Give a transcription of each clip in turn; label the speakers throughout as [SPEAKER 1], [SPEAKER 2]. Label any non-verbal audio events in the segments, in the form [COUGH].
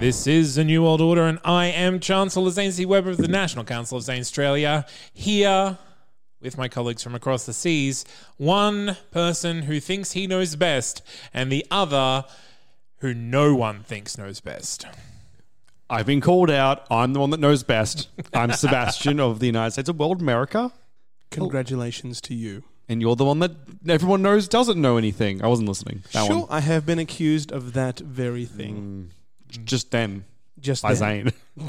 [SPEAKER 1] This is a New World Order, and I am Chancellor Zane C. Webber of the National Council of Zane Australia, here with my colleagues from across the seas. One person who thinks he knows best, and the other who no one thinks knows best.
[SPEAKER 2] I've been called out. I'm the one that knows best. I'm Sebastian of the United States of World America,
[SPEAKER 3] Congratulations to you.
[SPEAKER 2] and you're the one that everyone knows doesn't know anything. I wasn't listening. That
[SPEAKER 3] sure,
[SPEAKER 2] one.
[SPEAKER 3] I have been accused of that very
[SPEAKER 1] Mm,
[SPEAKER 3] thing.
[SPEAKER 2] Just then.
[SPEAKER 3] Just
[SPEAKER 2] By
[SPEAKER 3] then.
[SPEAKER 2] Zane.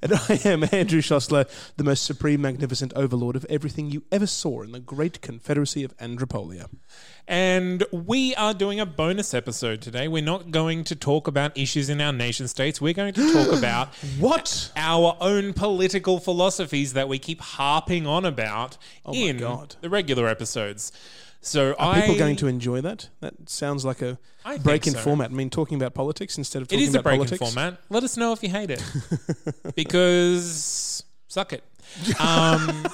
[SPEAKER 3] [LAUGHS] and I am Andrew Schossler, the most supreme, magnificent overlord of everything you ever saw in the great Confederacy of Andropolia.
[SPEAKER 1] And we are doing a bonus episode today. We're not going to talk about issues in our nation states. We're going to talk about
[SPEAKER 3] What?
[SPEAKER 1] our own political philosophies that we keep harping on about
[SPEAKER 3] Oh my
[SPEAKER 1] in
[SPEAKER 3] God.
[SPEAKER 1] the regular episodes. So
[SPEAKER 3] Are
[SPEAKER 1] I,
[SPEAKER 3] people going to enjoy that? That sounds like a
[SPEAKER 1] I think
[SPEAKER 3] break in
[SPEAKER 1] so.
[SPEAKER 3] format. I mean, talking about politics instead of
[SPEAKER 1] It
[SPEAKER 3] talking
[SPEAKER 1] is a
[SPEAKER 3] about
[SPEAKER 1] break
[SPEAKER 3] politics.
[SPEAKER 1] in format. Let us know if you hate it because suck it. Um,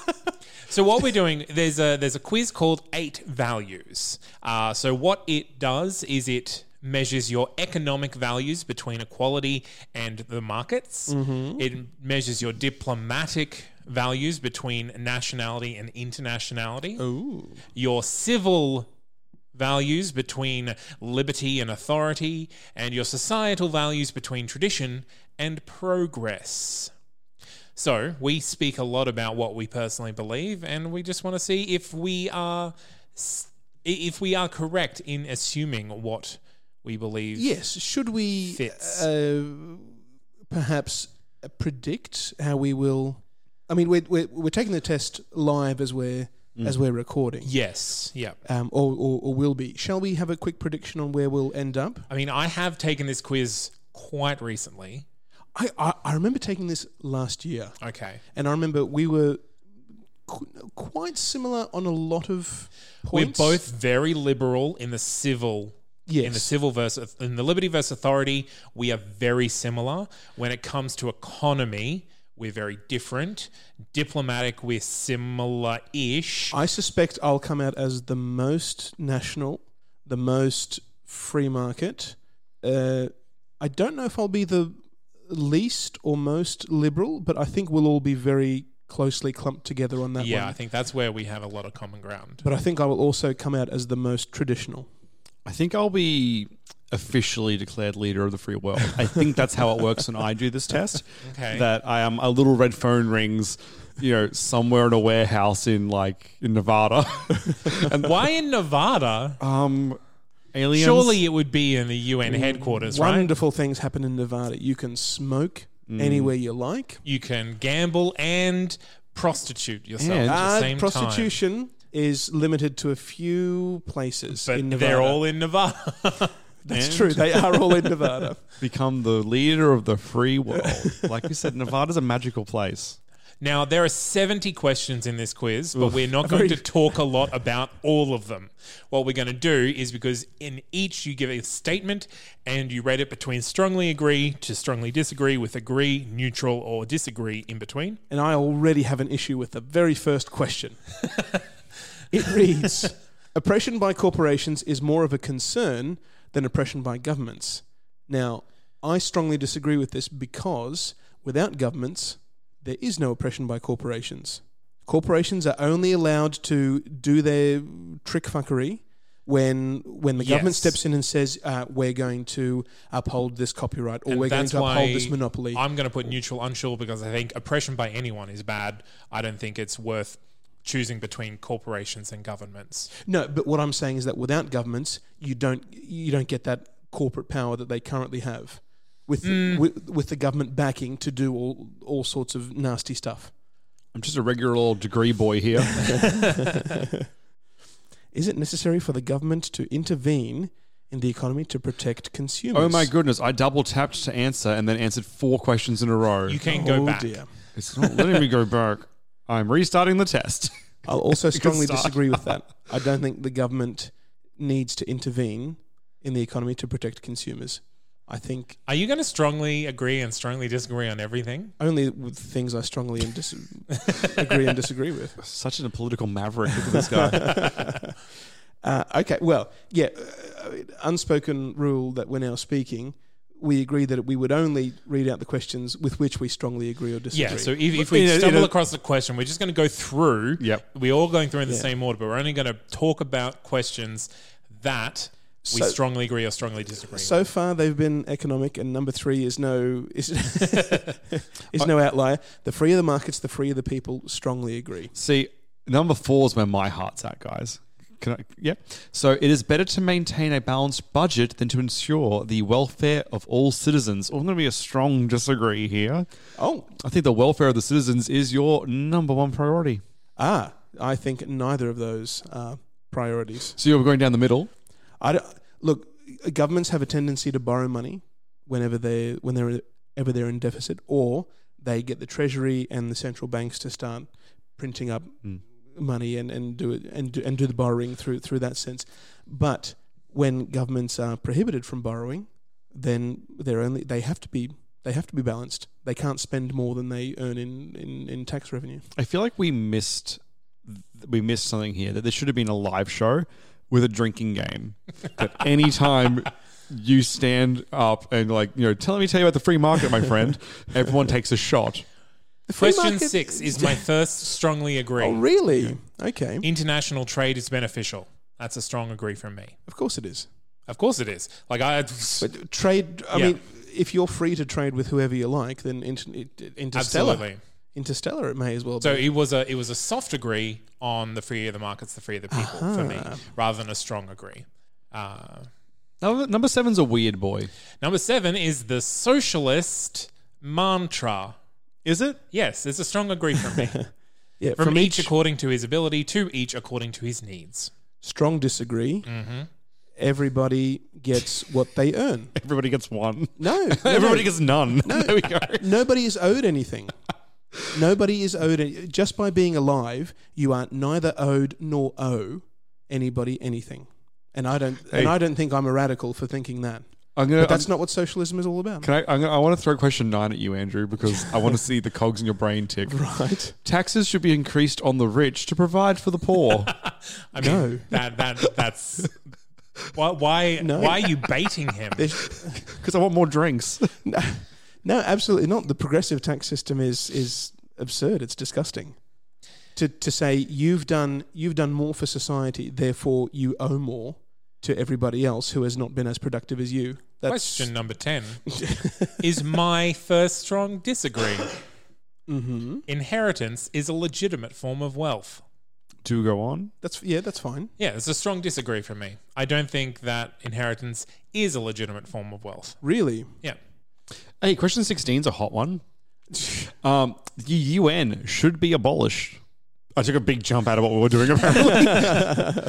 [SPEAKER 1] so what we're doing there's a there's a quiz called Eight Values. Uh, so what it does is it measures your economic values between equality and the markets.
[SPEAKER 3] Mm-hmm.
[SPEAKER 1] It measures your diplomatic values between nationality and internationality. Your civil values between liberty and authority, and your societal values between tradition and progress. So, we speak a lot about what we personally believe, and we just want to see if we are s- i- if we are correct in assuming what we believe.
[SPEAKER 3] Yes. Should we
[SPEAKER 1] Fits.
[SPEAKER 3] Uh, perhaps uh, predict how we will? I mean, we're, we're, we're taking the test live as we're as we're recording,
[SPEAKER 1] Yes. Mm. Yeah.
[SPEAKER 3] um, or, or or will be. Shall we have a quick prediction on where we'll end up?
[SPEAKER 1] I mean, I have taken this quiz quite recently.
[SPEAKER 3] I I, I remember taking this last year,
[SPEAKER 1] Okay.
[SPEAKER 3] and I remember we were qu- quite similar on a lot of points.
[SPEAKER 1] We're both very liberal in the civil. In the
[SPEAKER 3] Yes.
[SPEAKER 1] civil versus in the liberty versus authority, we are very similar. When it comes to economy, we're very different. Diplomatic, we're similar-ish.
[SPEAKER 3] I suspect I'll come out as the most national, the most free market. Uh, I don't know if I'll be the least or most liberal, but I think we'll all be very closely clumped together on that
[SPEAKER 1] yeah,
[SPEAKER 3] one.
[SPEAKER 1] I think that's where we have a lot of common ground.
[SPEAKER 3] but I think I will also come out as the most traditional.
[SPEAKER 2] I think I'll be officially declared leader of the free world. I think that's how it works when I do this test.
[SPEAKER 1] Okay.
[SPEAKER 2] That I am a little red phone rings, you know, somewhere in a warehouse in like in Nevada. [LAUGHS] and
[SPEAKER 1] Why in Nevada?
[SPEAKER 2] um aliens
[SPEAKER 1] Surely it would be in the UN headquarters, right? Mm.
[SPEAKER 3] Wonderful things happen in Nevada. You can smoke anywhere you like.
[SPEAKER 1] You can gamble and prostitute yourself
[SPEAKER 2] And-
[SPEAKER 1] at the
[SPEAKER 3] Uh,
[SPEAKER 1] same time.
[SPEAKER 3] prostitution is limited to a few places
[SPEAKER 1] But
[SPEAKER 3] in Nevada.
[SPEAKER 1] they're all in Nevada. [LAUGHS]
[SPEAKER 3] That's
[SPEAKER 2] And-
[SPEAKER 3] true. They are all in Nevada.
[SPEAKER 2] become the leader of the free world. Like we said, Nevada's a magical place.
[SPEAKER 1] Now, there are 70 questions in this quiz, but we're not going to talk a lot about all of them. What we're going to do is because in each you give a statement and you rate it between strongly agree to strongly disagree, with agree, neutral, or disagree in between.
[SPEAKER 3] and I already have an issue with the very first
[SPEAKER 1] [LAUGHS]
[SPEAKER 3] question. it reads Oppression by corporations is more of a concern than oppression by governments. Now, I strongly disagree with this because without governments, there is no oppression by corporations. Corporations are only allowed to do their trick fuckery when when the government
[SPEAKER 1] Yes.
[SPEAKER 3] steps in and says uh, we're going to uphold this copyright or
[SPEAKER 1] And
[SPEAKER 3] we're going
[SPEAKER 1] that's
[SPEAKER 3] to uphold
[SPEAKER 1] why
[SPEAKER 3] this monopoly.
[SPEAKER 1] I'm going to put neutral, unsure, because I think oppression by anyone is bad. I don't think it's worth choosing between corporations and governments.
[SPEAKER 3] No, but what I'm saying is that without governments, you don't you don't get that corporate power that they currently have, with
[SPEAKER 2] Mm.
[SPEAKER 3] with, with the government backing to do all all sorts of nasty stuff.
[SPEAKER 2] I'm just a regular old degree boy here.
[SPEAKER 3] Is it necessary for the government to intervene in the economy to protect consumers?
[SPEAKER 2] oh my goodness, I double tapped to answer and then answered four questions in a row.
[SPEAKER 1] You can go
[SPEAKER 3] Oh,
[SPEAKER 1] back.
[SPEAKER 3] dear.
[SPEAKER 2] It's not letting me go back. I'm restarting the test. [LAUGHS]
[SPEAKER 3] I'll also strongly
[SPEAKER 2] start.
[SPEAKER 3] disagree with
[SPEAKER 2] [LAUGHS]
[SPEAKER 3] that. I don't think the government needs to intervene in the economy to protect consumers. I think
[SPEAKER 1] Are you going to strongly agree and strongly disagree on everything?
[SPEAKER 3] only with things I strongly and
[SPEAKER 2] [LAUGHS]
[SPEAKER 3] dis- agree and disagree with.
[SPEAKER 2] Such a political maverick. Look at this guy.
[SPEAKER 3] Uh, okay, well, yeah, uh, I mean, unspoken rule that we're now speaking. We agree that we would only read out the questions with which we strongly agree or
[SPEAKER 1] Yeah.
[SPEAKER 3] disagree.
[SPEAKER 1] So if, if we
[SPEAKER 2] In a- in
[SPEAKER 1] stumble
[SPEAKER 2] a-
[SPEAKER 1] across the question, we're just going to go through.
[SPEAKER 2] Yep.
[SPEAKER 1] We're all going through in the
[SPEAKER 3] Yeah.
[SPEAKER 1] same order, but we're only going to talk about questions that we
[SPEAKER 3] So-
[SPEAKER 1] strongly agree or strongly disagree. with.
[SPEAKER 3] So far, they've been economic, and number three is no
[SPEAKER 1] [LAUGHS]
[SPEAKER 3] is, is no outlier. The freer the markets, the freer the people strongly agree.
[SPEAKER 2] See, number four is where my heart's at, guys. Can I, yeah. So it is better to maintain a balanced budget than to ensure the welfare of all citizens. Oh, I'm going to be a strong disagree here.
[SPEAKER 3] Oh,
[SPEAKER 2] I think the welfare of the citizens is your number one priority.
[SPEAKER 3] ah, I think neither of those are priorities.
[SPEAKER 2] So you're going down the middle.
[SPEAKER 3] I don't, look, governments have a tendency to borrow money whenever they when they're ever they're in deficit, or they get the treasury and the central banks to start printing up
[SPEAKER 1] Hmm.
[SPEAKER 3] money and, and do it and do, and do the borrowing through through that sense. But when governments are prohibited from borrowing, then they're only they have to be they have to be balanced. They can't spend more than they earn in, in, in tax revenue.
[SPEAKER 2] I feel like we missed we missed something here that there should have been a live show with a drinking game.
[SPEAKER 3] [LAUGHS]
[SPEAKER 2] That any time you stand up and like you know, tell me tell you about the free market, my
[SPEAKER 3] [LAUGHS]
[SPEAKER 2] friend. Everyone takes a shot.
[SPEAKER 3] The free
[SPEAKER 1] Question
[SPEAKER 3] market-
[SPEAKER 1] six is
[SPEAKER 3] [LAUGHS]
[SPEAKER 1] my first strongly agree.
[SPEAKER 3] Oh, really? Okay.
[SPEAKER 1] International trade is beneficial. That's a strong agree from me.
[SPEAKER 3] Of course it is.
[SPEAKER 1] Of course it is. Like I,
[SPEAKER 3] But trade. I
[SPEAKER 1] Yeah.
[SPEAKER 3] mean, if you're free to trade with whoever you like, then inter, it- interstellar,
[SPEAKER 1] absolutely.
[SPEAKER 3] interstellar, it may as well.
[SPEAKER 1] So
[SPEAKER 3] be.
[SPEAKER 1] it was a it was a soft agree on the freer the markets, the freer the people
[SPEAKER 3] Uh-huh.
[SPEAKER 1] for me, rather than a strong agree. Uh,
[SPEAKER 2] Number, number seven's a weird boy.
[SPEAKER 1] number seven is the socialist mantra.
[SPEAKER 2] Is it?
[SPEAKER 1] Yes, it's a strong agree from me.
[SPEAKER 3] yeah,
[SPEAKER 1] From,
[SPEAKER 3] from
[SPEAKER 1] each,
[SPEAKER 3] each,
[SPEAKER 1] according to his ability, to each according to his needs.
[SPEAKER 3] strong disagree. Everybody gets what they earn.
[SPEAKER 2] Everybody gets one.
[SPEAKER 3] No,
[SPEAKER 2] [LAUGHS] Everybody
[SPEAKER 3] [LAUGHS] no,
[SPEAKER 2] gets none. [LAUGHS] there we go.
[SPEAKER 3] Nobody is owed anything. Nobody is owed any, just by being alive. You are neither owed nor owe anybody anything. And I don't.
[SPEAKER 2] Hey.
[SPEAKER 3] And I don't think I'm a radical for thinking that.
[SPEAKER 2] I'm gonna.
[SPEAKER 3] But that's not what socialism is all about.
[SPEAKER 2] Can I? I'm gonna, I want to throw question nine at you, Andrew, because I want to see the cogs in your brain tick.
[SPEAKER 3] [LAUGHS] Right.
[SPEAKER 2] Taxes should be increased on the rich to provide for the
[SPEAKER 3] [LAUGHS]
[SPEAKER 2] poor. [LAUGHS]
[SPEAKER 1] I mean,
[SPEAKER 3] No.
[SPEAKER 1] that that that's why why
[SPEAKER 3] No.
[SPEAKER 1] why are you baiting him?
[SPEAKER 2] Because I want more
[SPEAKER 3] [LAUGHS]
[SPEAKER 2] drinks.
[SPEAKER 3] No, no, absolutely not. The progressive tax system is is absurd. It's disgusting. To to say you've done you've done more for society, therefore you owe more to everybody else who has not been as productive as you. That's
[SPEAKER 1] Question number 10 is my first strong disagree. Inheritance is a legitimate form of wealth.
[SPEAKER 2] Do go on.
[SPEAKER 3] that's yeah, that's fine.
[SPEAKER 1] Yeah, it's a strong disagree from me. I don't think that inheritance is a legitimate form of wealth.
[SPEAKER 3] Really,
[SPEAKER 1] Yeah.
[SPEAKER 2] Hey, question 16 is a hot one. Um, the UN should be abolished. I took a big jump out of what we were doing, apparently. [LAUGHS]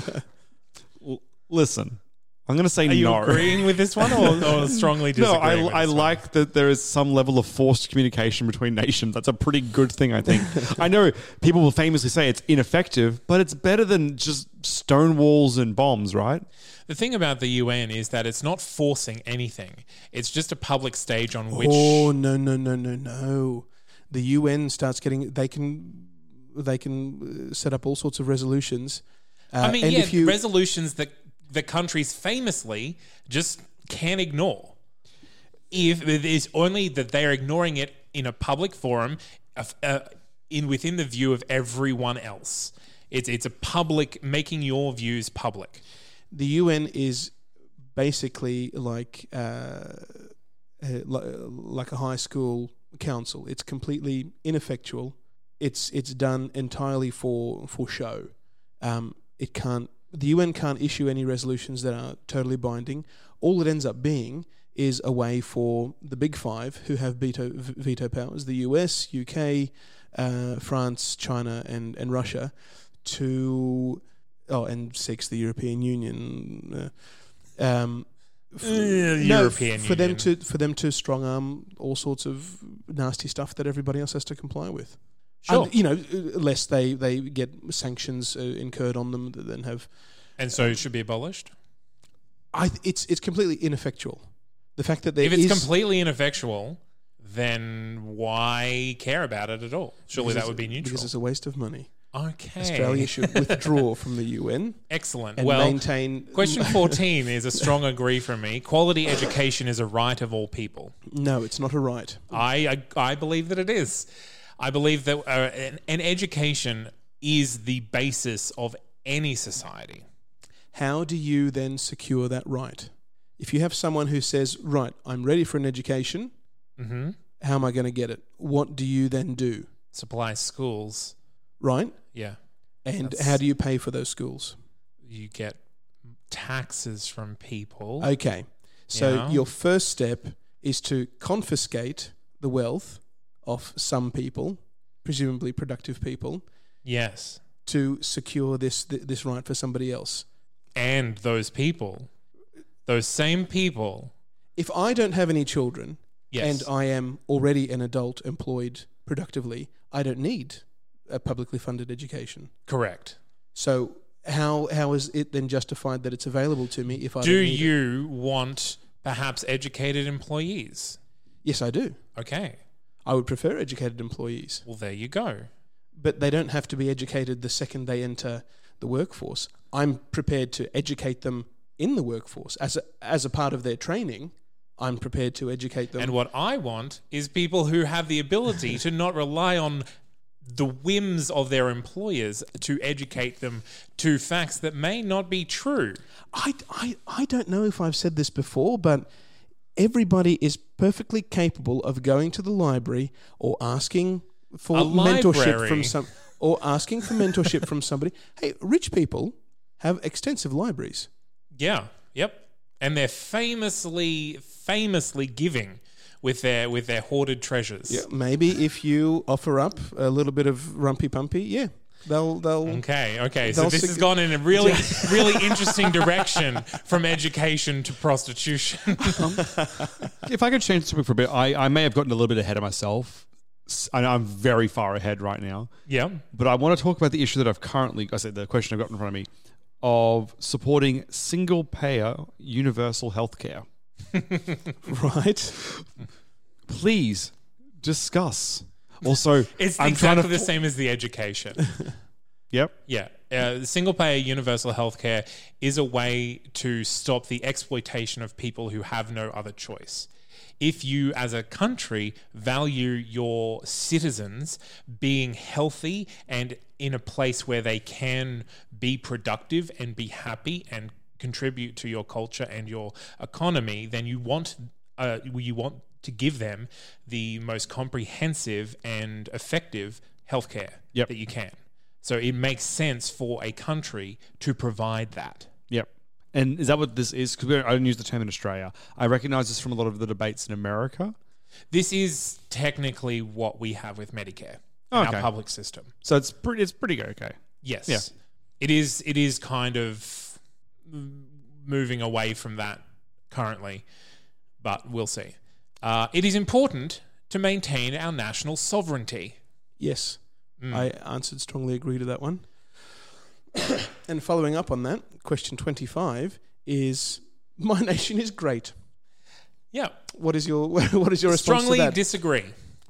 [SPEAKER 2] L- Listen, I'm going to say
[SPEAKER 1] Are you
[SPEAKER 2] no.
[SPEAKER 1] agreeing with this one or,
[SPEAKER 3] [LAUGHS]
[SPEAKER 1] or strongly
[SPEAKER 2] No,
[SPEAKER 1] disagreeing?
[SPEAKER 2] I,
[SPEAKER 1] with
[SPEAKER 2] I
[SPEAKER 1] this one?
[SPEAKER 2] like that there is some level of forced communication between nations. That's a pretty good thing, I think. I know people will famously say it's ineffective, but it's better than just stone walls and bombs, right?
[SPEAKER 1] The thing about the UN is that it's not forcing anything. It's just a public stage on which
[SPEAKER 3] oh no no no no no, the UN starts getting they can they can uh, set up all sorts of resolutions. Uh,
[SPEAKER 1] I mean,
[SPEAKER 3] and
[SPEAKER 1] yeah,
[SPEAKER 3] if you
[SPEAKER 1] resolutions that the countries famously just can ignore. If it is only that they are ignoring it in a public forum, of- uh, in within the view of everyone else. It's it's a public making your views public.
[SPEAKER 3] the UN is basically like uh, uh, li- uh, like a high school council. It's completely ineffectual. It's it's done entirely for for show. Um, it can't. The UN can't issue any resolutions that are totally binding. All it ends up being is a way for the big five who have veto, v- veto powers the US, UK, uh, France, China, and, and Russia to oh, and six, the European Union. Uh, um, f- no,
[SPEAKER 1] European
[SPEAKER 3] f- for them
[SPEAKER 1] Union.
[SPEAKER 3] to for them to strong arm all sorts of nasty stuff that everybody else has to comply with.
[SPEAKER 1] Sure.
[SPEAKER 3] And, you know, lest they they get sanctions uh, incurred on them that then have.
[SPEAKER 1] And so it should be abolished.
[SPEAKER 3] I it's it's completely ineffectual. The fact that there
[SPEAKER 1] If it's
[SPEAKER 3] is-
[SPEAKER 1] completely ineffectual, then why care about it at all? Surely
[SPEAKER 3] because
[SPEAKER 1] that
[SPEAKER 3] it's-
[SPEAKER 1] would be neutral.
[SPEAKER 3] because it's a waste of money.
[SPEAKER 1] Okay. [LAUGHS]
[SPEAKER 3] Australia should withdraw from the UN
[SPEAKER 1] Excellent.
[SPEAKER 3] and
[SPEAKER 1] well,
[SPEAKER 3] maintain.
[SPEAKER 1] question 14 is a strong agree from me. Quality education is a right of all people.
[SPEAKER 3] [LAUGHS] No, it's not a right.
[SPEAKER 1] I, I I believe that it is. I believe that uh, an, an education is the basis of any society.
[SPEAKER 3] How do you then secure that right? If you have someone who says, "Right, I'm ready for an education,"
[SPEAKER 1] Mm-hmm.
[SPEAKER 3] how am I going to get it? What do you then do?
[SPEAKER 1] Supply schools.
[SPEAKER 3] Right,
[SPEAKER 1] Yeah,
[SPEAKER 3] and
[SPEAKER 1] That's-
[SPEAKER 3] how do you pay for those schools?
[SPEAKER 1] you get taxes from people.
[SPEAKER 3] Okay, so
[SPEAKER 1] Yeah.
[SPEAKER 3] your first step is to confiscate the wealth of some people, presumably productive people,
[SPEAKER 1] yes,
[SPEAKER 3] to secure this th- this right for somebody else.
[SPEAKER 1] and those people, those same people.
[SPEAKER 3] If I don't have any children
[SPEAKER 1] Yes,
[SPEAKER 3] and I am already an adult employed productively, I don't need a publicly funded education.
[SPEAKER 1] correct.
[SPEAKER 3] So how how is it then justified that it's available to me if I
[SPEAKER 1] Do
[SPEAKER 3] don't need it?
[SPEAKER 1] you want perhaps educated employees?
[SPEAKER 3] Yes, I do.
[SPEAKER 1] Okay,
[SPEAKER 3] I would prefer educated employees,
[SPEAKER 1] well there you go.
[SPEAKER 3] but they don't have to be educated the second they enter the workforce. I'm prepared to educate them in the workforce as a, as a part of their training. I'm prepared to educate them.
[SPEAKER 1] And what I want is people who have the ability to not rely on the whims of their employers to educate them to facts that may not be true.
[SPEAKER 3] I, I, I don't know if I've said this before, but everybody is perfectly capable of going to the library or asking for
[SPEAKER 1] A
[SPEAKER 3] mentorship
[SPEAKER 1] library.
[SPEAKER 3] from some or asking for mentorship from somebody. Hey, rich people have extensive libraries.
[SPEAKER 1] Yeah. Yep. And they're famously famously giving with their with their hoarded treasures.
[SPEAKER 3] Maybe if you offer up a little bit of rumpy pumpy, yeah, they'll they'll
[SPEAKER 1] Okay, okay. So
[SPEAKER 3] They'll
[SPEAKER 1] this
[SPEAKER 3] sec-
[SPEAKER 1] has gone in a really,
[SPEAKER 2] [LAUGHS]
[SPEAKER 1] really interesting direction from education to prostitution.
[SPEAKER 2] If I could change the topic for a bit, I, I may have gotten a little bit ahead of myself. S- I know I'm very far ahead right now.
[SPEAKER 1] yeah.
[SPEAKER 2] But I want to talk about the issue that I've currently, I said the question I've got in front of me, of supporting single payer universal healthcare.
[SPEAKER 3] right.
[SPEAKER 2] Please discuss. Also,
[SPEAKER 1] [LAUGHS] It's
[SPEAKER 2] I'm trying
[SPEAKER 1] exactly
[SPEAKER 2] to.
[SPEAKER 1] the same as the education.
[SPEAKER 2] Yep.
[SPEAKER 1] Yeah. Uh, single payer universal healthcare is a way to stop the exploitation of people who have no other choice. If you, as a country, value your citizens being healthy and in a place where they can be productive and be happy and contribute to your culture and your economy, then you want uh, you want to give them the most comprehensive and effective healthcare
[SPEAKER 2] Yep.
[SPEAKER 1] that you can. So it makes sense for a country to provide that.
[SPEAKER 2] Yep. And is that what this is? Because I don't use the term in Australia. I recognize this from a lot of the debates in America.
[SPEAKER 1] This is technically what we have with Medicare in
[SPEAKER 2] Okay.
[SPEAKER 1] our public system.
[SPEAKER 2] So it's pretty, it's pretty good. Okay.
[SPEAKER 1] Yes.
[SPEAKER 2] Yeah.
[SPEAKER 1] It is it is kind of m- moving away from that currently, but we'll see. Uh, it is important to maintain our national sovereignty.
[SPEAKER 3] Yes.
[SPEAKER 1] Hmm.
[SPEAKER 3] I answered strongly agree to that one. [COUGHS] and following up on that, question 25 is my [LAUGHS] nation is great.
[SPEAKER 1] Yeah.
[SPEAKER 3] What is your [LAUGHS] what is your response
[SPEAKER 1] Strongly
[SPEAKER 3] to that?
[SPEAKER 1] disagree.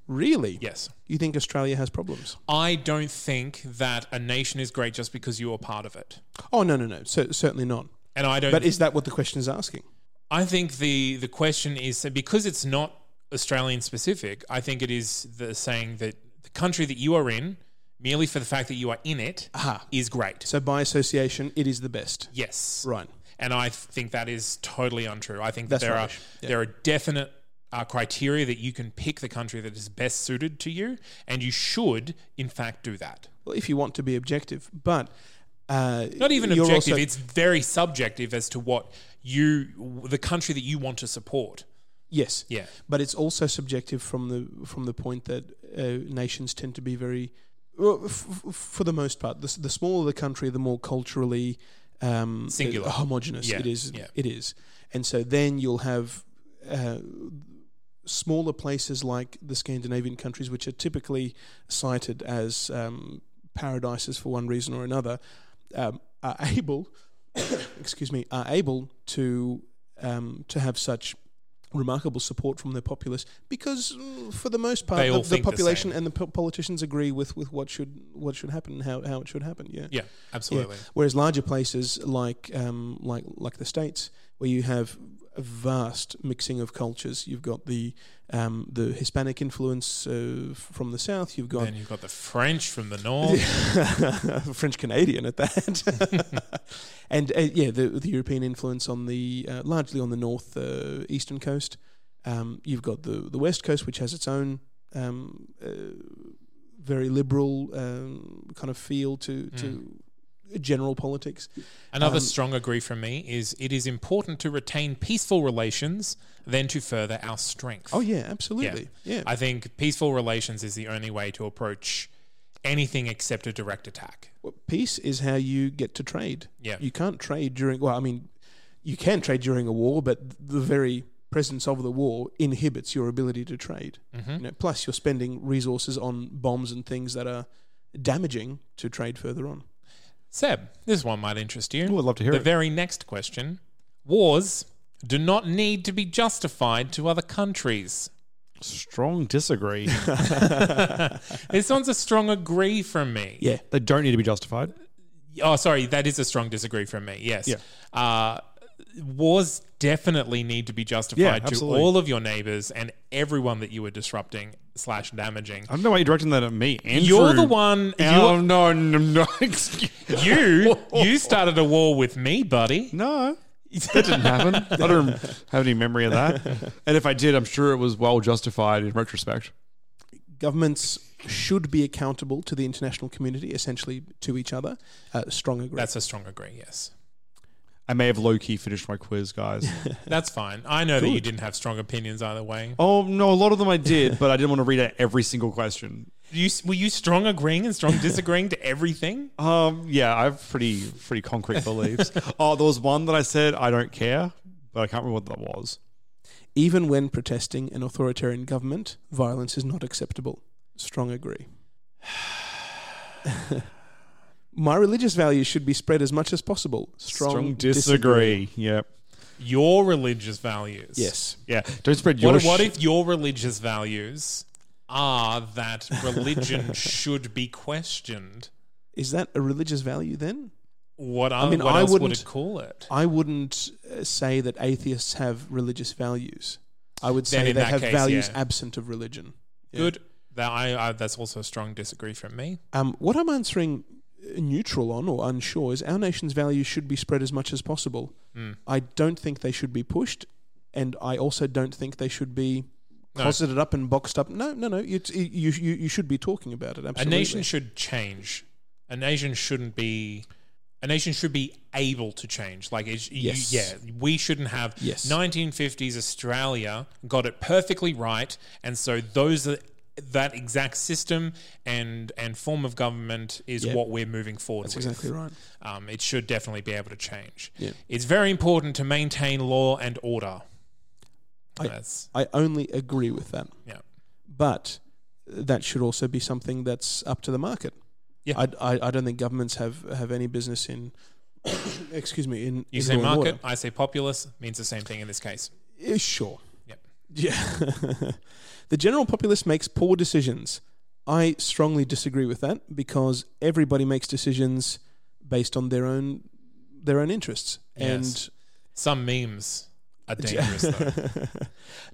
[SPEAKER 3] really?
[SPEAKER 1] Yes.
[SPEAKER 3] You think Australia has problems?
[SPEAKER 1] I don't think that a nation is great just because you are part of it.
[SPEAKER 3] Oh no no no, Cer certainly not.
[SPEAKER 1] And I don't
[SPEAKER 3] But is that what the question is asking?
[SPEAKER 1] I think the the question is that because it's not Australian specific. I think it is the saying that the country that you are in, merely for the fact that you are in it, is great.
[SPEAKER 3] So by association, it is the best.
[SPEAKER 1] Yes,
[SPEAKER 3] Right.
[SPEAKER 1] and I think that is totally untrue. I think that
[SPEAKER 3] That's
[SPEAKER 1] there
[SPEAKER 3] rubbish.
[SPEAKER 1] are
[SPEAKER 3] Yeah.
[SPEAKER 1] there are definite uh, criteria that you can pick the country that is best suited to you, and you should in fact do that.
[SPEAKER 3] Well, if you want to be objective, but uh,
[SPEAKER 1] Not even
[SPEAKER 3] you're
[SPEAKER 1] objective;
[SPEAKER 3] also-
[SPEAKER 1] it's very subjective as to what you the country that you want to support.
[SPEAKER 3] yes,
[SPEAKER 1] Yeah.
[SPEAKER 3] but it's also subjective from the from the point that uh, nations tend to be very, well, f- f- for the most part, the, s- the smaller the country, the more culturally um,
[SPEAKER 1] Singular.
[SPEAKER 3] homogenous
[SPEAKER 1] Yeah,
[SPEAKER 3] it is.
[SPEAKER 1] yeah.
[SPEAKER 3] It is, and so then you'll have uh, smaller places like the Scandinavian countries, which are typically cited as um, paradises for one reason or another, um, are able, [COUGHS] excuse me, are able to um, to have such remarkable support from their populace because, mm, for the most part,
[SPEAKER 1] They all
[SPEAKER 3] the, the
[SPEAKER 1] think the
[SPEAKER 3] population
[SPEAKER 1] same.
[SPEAKER 3] and the po- politicians agree with, with what should what should happen, and how how it should happen. Yeah.
[SPEAKER 1] Yeah, absolutely.
[SPEAKER 3] Whereas larger places like um, like like the states, where you have a vast mixing of cultures, you've got the um, the Hispanic influence uh, f- from the south. You've got
[SPEAKER 1] Then you've got the French from the north.
[SPEAKER 3] [LAUGHS] French Canadian at [LAUGHS] that, and uh, yeah, the the European influence on the uh, largely on the north uh, eastern coast. Um, you've got the the west coast, which has its own um, uh, very liberal um, kind of feel to to general politics.
[SPEAKER 1] Another
[SPEAKER 3] Um,
[SPEAKER 1] strong agree from me is it is important to retain peaceful relations than to further our strength.
[SPEAKER 3] Oh yeah, absolutely. Yeah,
[SPEAKER 1] I think peaceful relations is the only way to approach anything except a direct attack.
[SPEAKER 3] Well, peace is how you get to trade.
[SPEAKER 1] Yeah.
[SPEAKER 3] you can't trade during. Well, I mean, you can trade during a war, but the very presence of the war inhibits your ability to trade. You know, plus, you're spending resources on bombs and things that are damaging to trade further on.
[SPEAKER 1] Seb, this one might interest you.
[SPEAKER 2] Ooh, I'd love to hear
[SPEAKER 1] the
[SPEAKER 2] it.
[SPEAKER 1] very next question. Wars do not need to be justified to other countries.
[SPEAKER 2] Strong
[SPEAKER 1] [LAUGHS]
[SPEAKER 2] disagree.
[SPEAKER 1] This one's a strong agree from me.
[SPEAKER 3] Yeah,
[SPEAKER 2] they don't need to be justified.
[SPEAKER 1] Oh, sorry, that is a strong disagree from me. Yes.
[SPEAKER 2] Yeah.
[SPEAKER 1] Uh, wars definitely need to be
[SPEAKER 2] Yeah,
[SPEAKER 1] justified to
[SPEAKER 2] absolutely.
[SPEAKER 1] all of your neighbors and everyone that you are disrupting slash damaging.
[SPEAKER 2] I don't know why you're directing that at me. Uh, Andrew.
[SPEAKER 1] You're the one.
[SPEAKER 2] Oh, no, no, no. [LAUGHS] Excuse- [LAUGHS]
[SPEAKER 1] You you started a war with me, buddy.
[SPEAKER 2] no. That didn't happen. I don't have any memory of that. And if I did, I'm sure it was well justified in retrospect.
[SPEAKER 3] governments should be accountable to the international community, essentially to each other. Uh, strong agree.
[SPEAKER 1] That's a strong agree. Yes,
[SPEAKER 2] I may have low key finished my quiz, [LAUGHS] guys.
[SPEAKER 1] that's fine. I know that you didn't have strong opinions either way.
[SPEAKER 2] oh, no, a lot of them I did, but I didn't want to read out every single question.
[SPEAKER 1] You were you strong agreeing and strong disagreeing to everything?
[SPEAKER 2] Um, yeah, I have pretty pretty concrete [LAUGHS] beliefs. oh, there was one that I said I don't care, but I can't remember what that was.
[SPEAKER 3] Even when protesting an authoritarian government, violence is not acceptable. Strong
[SPEAKER 1] [SIGHS]
[SPEAKER 3] agree. My religious values should be spread as much as possible. Strong,
[SPEAKER 2] Yep.
[SPEAKER 1] Your religious values.
[SPEAKER 3] Yes.
[SPEAKER 2] Yeah. Don't spread your.
[SPEAKER 1] What, what
[SPEAKER 2] shit.
[SPEAKER 1] if your religious values are that religion
[SPEAKER 3] [LAUGHS]
[SPEAKER 1] should be questioned?
[SPEAKER 3] Is that a religious value then?
[SPEAKER 1] What,
[SPEAKER 3] I
[SPEAKER 1] I
[SPEAKER 3] mean,
[SPEAKER 1] what
[SPEAKER 3] I
[SPEAKER 1] else would
[SPEAKER 3] wouldn't-
[SPEAKER 1] it call it?
[SPEAKER 3] I wouldn't uh, say that atheists have religious values. I would
[SPEAKER 1] Then
[SPEAKER 3] say
[SPEAKER 1] in
[SPEAKER 3] they
[SPEAKER 1] that
[SPEAKER 3] have
[SPEAKER 1] case,
[SPEAKER 3] values
[SPEAKER 1] yeah.
[SPEAKER 3] absent of religion. Yeah.
[SPEAKER 1] Good. That I, I that's also a strong disagree from me.
[SPEAKER 3] Um, what I'm answering uh, neutral on or unsure is our nation's values should be spread as much as possible.
[SPEAKER 1] Mm.
[SPEAKER 3] I don't think they should be pushed, and I also don't think they should be
[SPEAKER 1] No.
[SPEAKER 3] closeted up and boxed up. No, no, no. It's, it, you, you you should be talking about it. Absolutely.
[SPEAKER 1] A nation should change. A nation shouldn't be. A nation should be able to change. Like, it's, you-
[SPEAKER 3] Yes.
[SPEAKER 1] yeah, we shouldn't have.
[SPEAKER 3] Yes.
[SPEAKER 1] 1950s Australia got it perfectly right, and so those are, that exact system and and form of government is
[SPEAKER 3] Yep.
[SPEAKER 1] what we're moving forward.
[SPEAKER 3] That's
[SPEAKER 1] with.
[SPEAKER 3] exactly right.
[SPEAKER 1] Um, it should definitely be able to change.
[SPEAKER 3] Yeah.
[SPEAKER 1] It's very important to maintain law and order.
[SPEAKER 3] I-
[SPEAKER 1] That's
[SPEAKER 3] I only agree with that,
[SPEAKER 1] yeah.
[SPEAKER 3] but that should also be something that's up to the market.
[SPEAKER 1] Yeah.
[SPEAKER 3] I, I, I don't think governments have, have any business in. [COUGHS] excuse me. In
[SPEAKER 1] You
[SPEAKER 3] in
[SPEAKER 1] say
[SPEAKER 3] law and
[SPEAKER 1] market,
[SPEAKER 3] order.
[SPEAKER 1] I say populace. Means the same thing in this case.
[SPEAKER 3] Yeah, sure.
[SPEAKER 1] Yep.
[SPEAKER 3] Yeah. [LAUGHS] the general populace makes poor decisions. I strongly disagree with that because everybody makes decisions based on their own their own interests.
[SPEAKER 1] Yes. Some memes are dangerous though.
[SPEAKER 3] And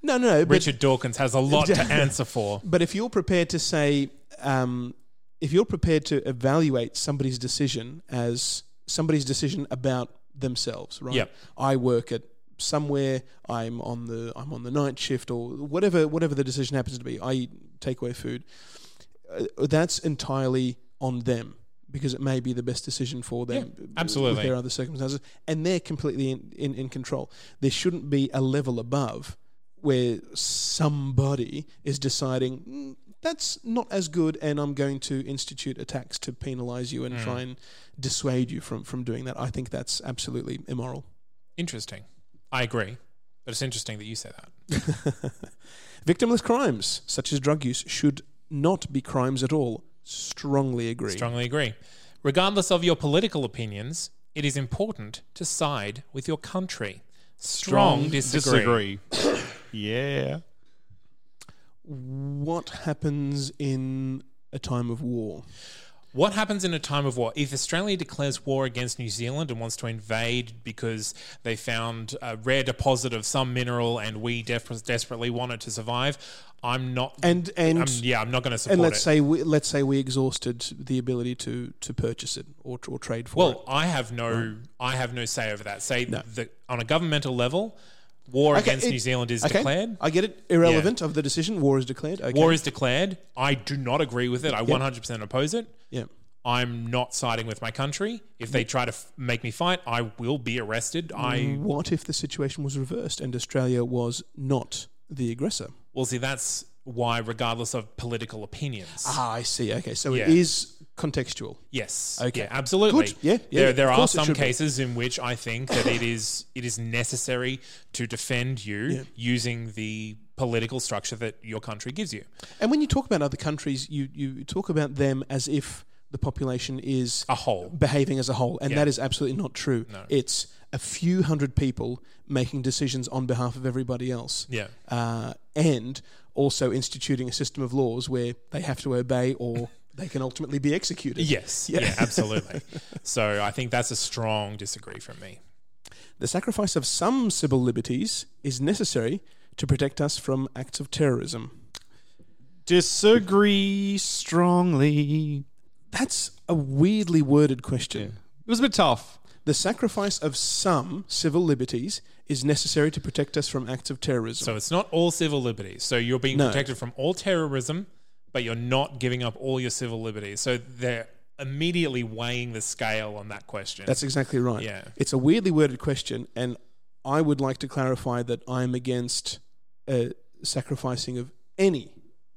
[SPEAKER 3] no, no, [LAUGHS] but,
[SPEAKER 1] Richard Dawkins has a lot to answer for.
[SPEAKER 3] but if you're prepared to say, um, if you're prepared to evaluate somebody's decision as somebody's decision about themselves, right?
[SPEAKER 1] Yep.
[SPEAKER 3] I work at somewhere. I'm on the I'm on the night shift or whatever whatever the decision happens to be. I eat takeaway food. Uh, that's entirely on them because it may be the best decision for them.
[SPEAKER 1] Yeah, absolutely.
[SPEAKER 3] with their other circumstances, and they're completely in, in, in control. There shouldn't be a level above where somebody is deciding. "Mm, That's not as good, and I'm going to institute a tax to penalise you and try and dissuade you from, from doing that. I think that's absolutely immoral.
[SPEAKER 1] Interesting. I agree. But it's interesting that you say that.
[SPEAKER 3] Victimless crimes, such as drug use, should not be crimes at all. Strongly agree.
[SPEAKER 1] Strongly agree. Regardless of your political opinions, it is important to side with your country. Strong, disagree.
[SPEAKER 2] disagree. [COUGHS] yeah.
[SPEAKER 3] What happens in a time of war?
[SPEAKER 1] What happens in a time of war? If Australia declares war against New Zealand and wants to invade because they found a rare deposit of some mineral and we def- desperately want it to survive, I'm not.
[SPEAKER 3] And and
[SPEAKER 1] I'm, yeah, I'm not going to support
[SPEAKER 3] and let's
[SPEAKER 1] it.
[SPEAKER 3] say we, let's say we exhausted the ability to to purchase it or or trade for
[SPEAKER 1] well, I have no, I have no say over that. Say that on a governmental level, war
[SPEAKER 3] it.
[SPEAKER 1] against
[SPEAKER 3] it-
[SPEAKER 1] New Zealand is
[SPEAKER 3] okay,
[SPEAKER 1] declared.
[SPEAKER 3] I get it. Irrelevant of the decision. War is declared. Okay.
[SPEAKER 1] War is declared. I do not agree with it. I 100% oppose it.
[SPEAKER 3] yeah.
[SPEAKER 1] I'm not siding with my country. If they try to f- make me fight, I will be arrested. I
[SPEAKER 3] What if the situation was reversed and Australia was not the aggressor?
[SPEAKER 1] will see. That's why, regardless of political opinions,
[SPEAKER 3] Ah, I see. Okay, so
[SPEAKER 1] Yeah.
[SPEAKER 3] it is contextual.
[SPEAKER 1] yes,
[SPEAKER 3] Okay.
[SPEAKER 1] yeah, absolutely.
[SPEAKER 3] Good. Yeah, yeah,
[SPEAKER 1] there, there
[SPEAKER 3] of
[SPEAKER 1] are
[SPEAKER 3] course it
[SPEAKER 1] some
[SPEAKER 3] should be.
[SPEAKER 1] cases in which I think that it is it is necessary to defend you using the political structure that your country gives you.
[SPEAKER 3] And when you talk about other countries, you you talk about them as if the population is
[SPEAKER 1] A whole.
[SPEAKER 3] behaving as a whole, and that is absolutely not true. It's a few hundred people making decisions on behalf of everybody else.
[SPEAKER 1] Yeah.
[SPEAKER 3] Uh, and also instituting a system of laws where they have to obey
[SPEAKER 1] [LAUGHS]
[SPEAKER 3] or they can ultimately be executed.
[SPEAKER 1] Yes. yeah absolutely. so I think that's a strong disagree from me.
[SPEAKER 3] The sacrifice of some civil liberties is necessary to protect us from acts of terrorism.
[SPEAKER 2] Disagree strongly.
[SPEAKER 3] That's a weirdly worded question.
[SPEAKER 2] It was a bit tough.
[SPEAKER 3] The sacrifice of some civil liberties is necessary to protect us from acts of terrorism.
[SPEAKER 1] So it's not all civil liberties. So you're being protected from all terrorism, but you're not giving up all your civil liberties. So they're immediately weighing the scale on that question.
[SPEAKER 3] That's exactly right.
[SPEAKER 1] Yeah.
[SPEAKER 3] It's a weirdly worded question, and I would like to clarify that I'm against uh, sacrificing of any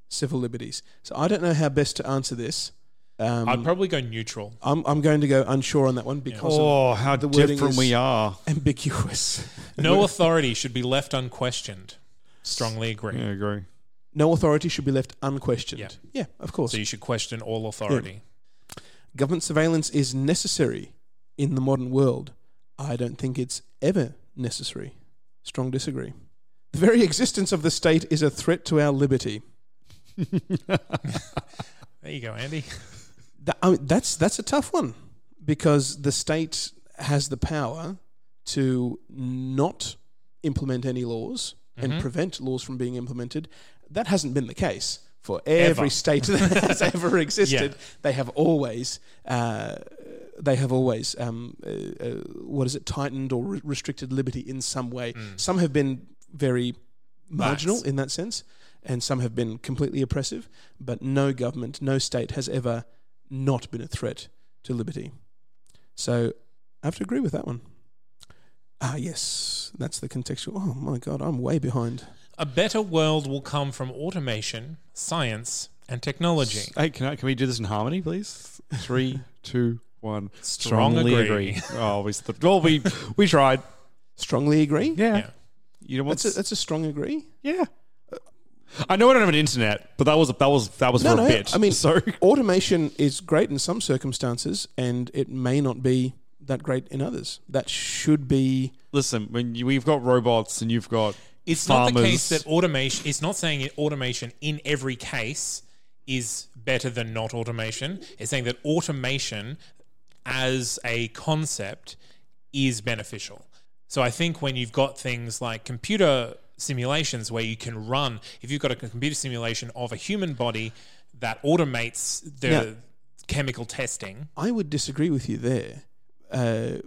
[SPEAKER 3] civil liberties. So I don't know how best to answer this. Um,
[SPEAKER 1] I'd probably go neutral.
[SPEAKER 3] I'm, I'm going to go unsure on that one because of
[SPEAKER 2] Oh, how
[SPEAKER 3] the wording
[SPEAKER 2] different
[SPEAKER 3] is-
[SPEAKER 2] we are.
[SPEAKER 3] ambiguous.
[SPEAKER 1] [LAUGHS]
[SPEAKER 3] [LAUGHS]
[SPEAKER 1] No authority should be left unquestioned. Strongly agree.
[SPEAKER 2] Yeah, I
[SPEAKER 3] [LAUGHS]
[SPEAKER 2] agree.
[SPEAKER 3] No authority should be left unquestioned.
[SPEAKER 1] Yeah.
[SPEAKER 3] yeah of course.
[SPEAKER 1] So you should question all authority.
[SPEAKER 3] Government surveillance is necessary in the modern world. I don't think it's ever necessary. Strong disagree. The very existence of the state is a threat to our liberty.
[SPEAKER 1] [LAUGHS] There you go, Andy.
[SPEAKER 3] That, I mean, that's that's a tough one because the state has the power to not implement any laws and prevent laws from being implemented. That hasn't been the case for every
[SPEAKER 1] Ever.
[SPEAKER 3] state [LAUGHS] that has ever existed. They have always. Uh, they have always, um, uh, uh, what is it, tightened or re- restricted liberty in some way. Some have been very marginal in that sense, and some have been completely oppressive. But no government, no state has ever not been a threat to liberty. So I have to agree with that one. Ah, yes, that's the contextual. Oh my God, I'm way behind.
[SPEAKER 1] A better world will come from automation, science, and technology.
[SPEAKER 2] Hey, can, I, can we do this in harmony, please? Three, two, one.
[SPEAKER 1] Strong agree.
[SPEAKER 2] [LAUGHS] Oh, we, slipped. well, we, we tried.
[SPEAKER 3] Strongly agree.
[SPEAKER 2] Yeah.
[SPEAKER 1] Yeah.
[SPEAKER 2] You know
[SPEAKER 3] That's
[SPEAKER 2] what's
[SPEAKER 3] a, that's a strong agree.
[SPEAKER 2] Yeah. I know I don't have an internet, but that was that was that was
[SPEAKER 3] No,
[SPEAKER 2] for
[SPEAKER 3] no.
[SPEAKER 2] a bit. [LAUGHS]
[SPEAKER 3] I mean,
[SPEAKER 2] so
[SPEAKER 3] automation is great in some circumstances, and it may not be that great in others. That should be
[SPEAKER 2] listen, when you, we've got robots and you've got
[SPEAKER 1] It's
[SPEAKER 2] farmers,
[SPEAKER 1] not the case that automation. It's not saying that automation in every case is better than not automation. It's saying that automation as a concept is beneficial. So I think when you've got things like computer simulations where you can run, if you've got a computer simulation of a human body that automates the
[SPEAKER 3] Yeah.
[SPEAKER 1] chemical testing,
[SPEAKER 3] I would disagree with you there. Uh,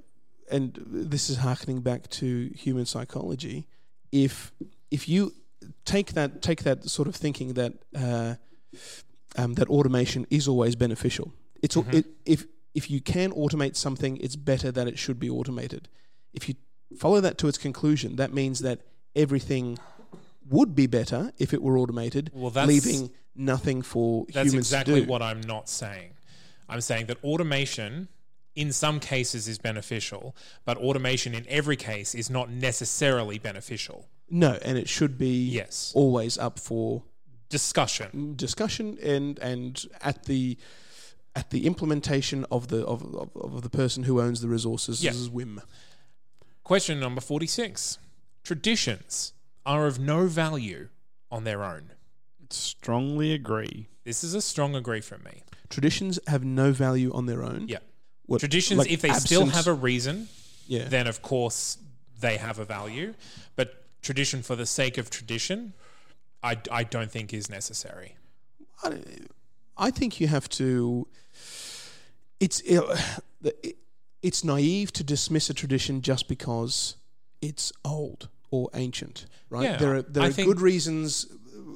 [SPEAKER 3] and this is harkening back to human psychology. If if you take that take that sort of thinking that uh, um, that automation is always beneficial. It's
[SPEAKER 1] Mm-hmm.
[SPEAKER 3] al- it, if if you can automate something, it's better that it should be automated. If you follow that to its conclusion, that means that everything would be better if it were automated,
[SPEAKER 1] Well, that's-
[SPEAKER 3] leaving nothing for
[SPEAKER 1] That's
[SPEAKER 3] humans
[SPEAKER 1] exactly
[SPEAKER 3] to do.
[SPEAKER 1] what I'm not saying. I'm saying that automation in some cases is beneficial, but automation in every case is not necessarily beneficial.
[SPEAKER 3] no, and it should be
[SPEAKER 1] Yes.
[SPEAKER 3] always up for
[SPEAKER 1] Discussion.
[SPEAKER 3] discussion and and at the at the implementation of the of, of, of the person who owns the resources
[SPEAKER 1] Yeah.
[SPEAKER 3] is whim.
[SPEAKER 1] Question number 46. Traditions are of no value on their own.
[SPEAKER 2] Strongly agree.
[SPEAKER 1] This is a strong agree from me.
[SPEAKER 3] Traditions have no value on their own.
[SPEAKER 1] Yeah.
[SPEAKER 3] What-
[SPEAKER 1] Traditions,
[SPEAKER 3] like
[SPEAKER 1] if they still
[SPEAKER 3] absence-
[SPEAKER 1] have a reason,
[SPEAKER 3] yeah.
[SPEAKER 1] then of course they have a value. But tradition for the sake of tradition, I, I don't think is necessary.
[SPEAKER 3] I, uh, I think you have to. It's uh, it, it's naive to dismiss a tradition just because it's old or ancient, right?
[SPEAKER 1] Yeah,
[SPEAKER 3] there are there
[SPEAKER 1] I
[SPEAKER 3] are
[SPEAKER 1] think-
[SPEAKER 3] good reasons,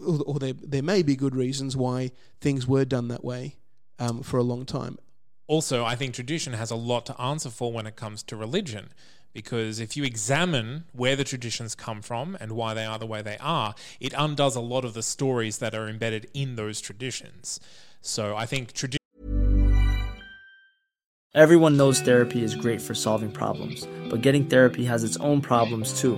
[SPEAKER 3] or or there there may be good reasons why things were done that way um, for a long time.
[SPEAKER 1] also, I think tradition has a lot to answer for when it comes to religion. Because if you examine where the traditions come from and why they are the way they are, it undoes a lot of the stories that are embedded in those traditions. So I think tradition.
[SPEAKER 4] Everyone knows therapy is great for solving problems, but getting therapy has its own problems too,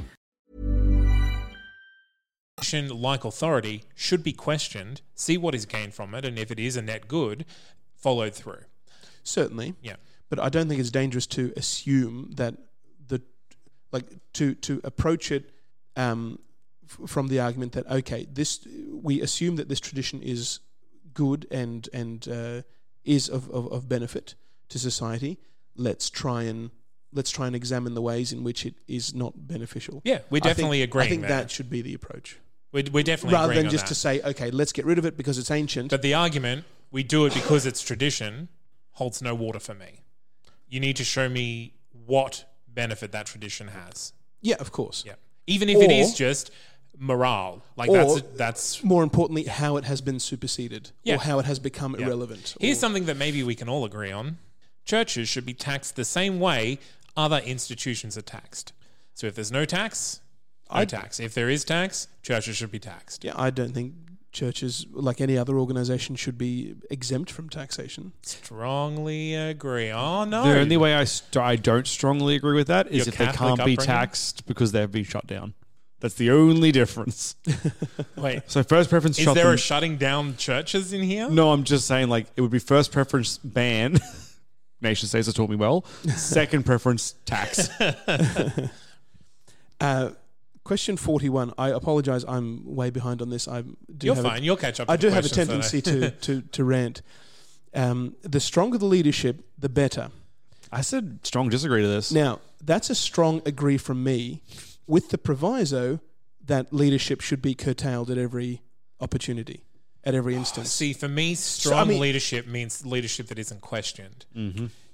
[SPEAKER 1] Tradition, like authority, should be questioned, see what is gained from it, and if it is a net good, followed through.
[SPEAKER 3] Certainly,
[SPEAKER 1] Yeah.
[SPEAKER 3] but I don't think it's dangerous to assume that the like to to approach it um, f- from the argument that okay, this we assume that this tradition is good and and uh, is of, of, of benefit to society. Let's try and let's try and examine the ways in which it is not beneficial.
[SPEAKER 1] Yeah, we're
[SPEAKER 3] I think-
[SPEAKER 1] definitely agreeing
[SPEAKER 3] I think
[SPEAKER 1] there.
[SPEAKER 3] that should be the approach,
[SPEAKER 1] We're, we're definitely
[SPEAKER 3] rather
[SPEAKER 1] agreeing
[SPEAKER 3] than
[SPEAKER 1] on
[SPEAKER 3] just
[SPEAKER 1] that.
[SPEAKER 3] to say okay, let's get rid of it because it's ancient.
[SPEAKER 1] But the argument, we do it because it's tradition, holds no water for me. You need to show me what benefit that tradition has.
[SPEAKER 3] yeah, of course.
[SPEAKER 1] Yeah. Even if it
[SPEAKER 3] Or-
[SPEAKER 1] is just morale. Like
[SPEAKER 3] Or-
[SPEAKER 1] that's that's
[SPEAKER 3] more importantly, how it has been superseded
[SPEAKER 1] Yeah.
[SPEAKER 3] or how it has become
[SPEAKER 1] yeah.
[SPEAKER 3] irrelevant.
[SPEAKER 1] Here's
[SPEAKER 3] or-
[SPEAKER 1] something that maybe we can all agree on. Churches should be taxed the same way other institutions are taxed. So if there's no tax, no
[SPEAKER 3] I-
[SPEAKER 1] tax. If there is tax, churches should be taxed.
[SPEAKER 3] yeah, I don't think churches, like any other organization, should be exempt from taxation.
[SPEAKER 1] Strongly agree. Oh no.
[SPEAKER 2] The only way I, st- I don't strongly agree with that is
[SPEAKER 1] Your
[SPEAKER 2] if they
[SPEAKER 1] Catholic
[SPEAKER 2] can't be
[SPEAKER 1] upbringing?
[SPEAKER 2] taxed because they've been shut down. That's the only difference.
[SPEAKER 3] [LAUGHS]
[SPEAKER 1] Wait.
[SPEAKER 2] So first preference
[SPEAKER 1] Is
[SPEAKER 2] shut
[SPEAKER 1] there
[SPEAKER 2] them-
[SPEAKER 1] a shutting down churches in here?
[SPEAKER 2] No, I'm just saying like it would be first preference ban. [LAUGHS] Nation states have taught me well. Second preference tax.
[SPEAKER 1] [LAUGHS]
[SPEAKER 3] Uh, question 41. I apologize, I'm way behind on this. I do
[SPEAKER 1] You're
[SPEAKER 3] have a-
[SPEAKER 1] fine. You'll catch up.
[SPEAKER 3] I
[SPEAKER 1] to the
[SPEAKER 3] do have a
[SPEAKER 1] questions that I-
[SPEAKER 3] tendency to, to, to rant. Um, the stronger the leadership, the better.
[SPEAKER 2] I said strong disagree to this.
[SPEAKER 3] Now, that's a strong agree from me with the proviso that leadership should be curtailed at every opportunity, at every
[SPEAKER 1] [LAUGHS]
[SPEAKER 3] instance.
[SPEAKER 1] See, for me, strong
[SPEAKER 3] mean- Mm-hmm.
[SPEAKER 1] leadership means leadership that isn't questioned.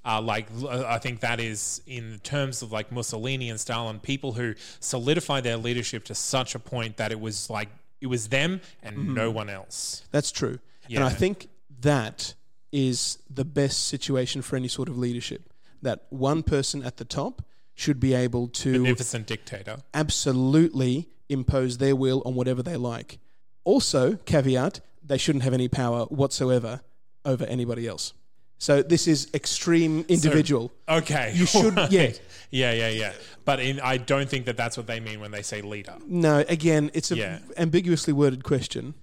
[SPEAKER 1] Uh, like, l- I think that is in terms of like Mussolini and Stalin, people who solidified their leadership to such a point that it was like it was them and
[SPEAKER 3] Mm-hmm.
[SPEAKER 1] no one else.
[SPEAKER 3] That's true. And
[SPEAKER 1] Yeah.
[SPEAKER 3] I think that is the best situation for any sort of leadership. That one person at the top should be able to
[SPEAKER 1] Magnificent dictator.
[SPEAKER 3] absolutely impose their will on whatever they like. Also, caveat, they shouldn't have any power whatsoever over anybody else. So this is extreme individual.
[SPEAKER 1] Okay,
[SPEAKER 3] You should-
[SPEAKER 1] [LAUGHS]
[SPEAKER 3] yeah.
[SPEAKER 1] yeah, yeah, yeah. But in, I don't think that that's what they mean when they say leader.
[SPEAKER 3] no, again, it's an
[SPEAKER 1] Yeah.
[SPEAKER 3] ambiguously worded question.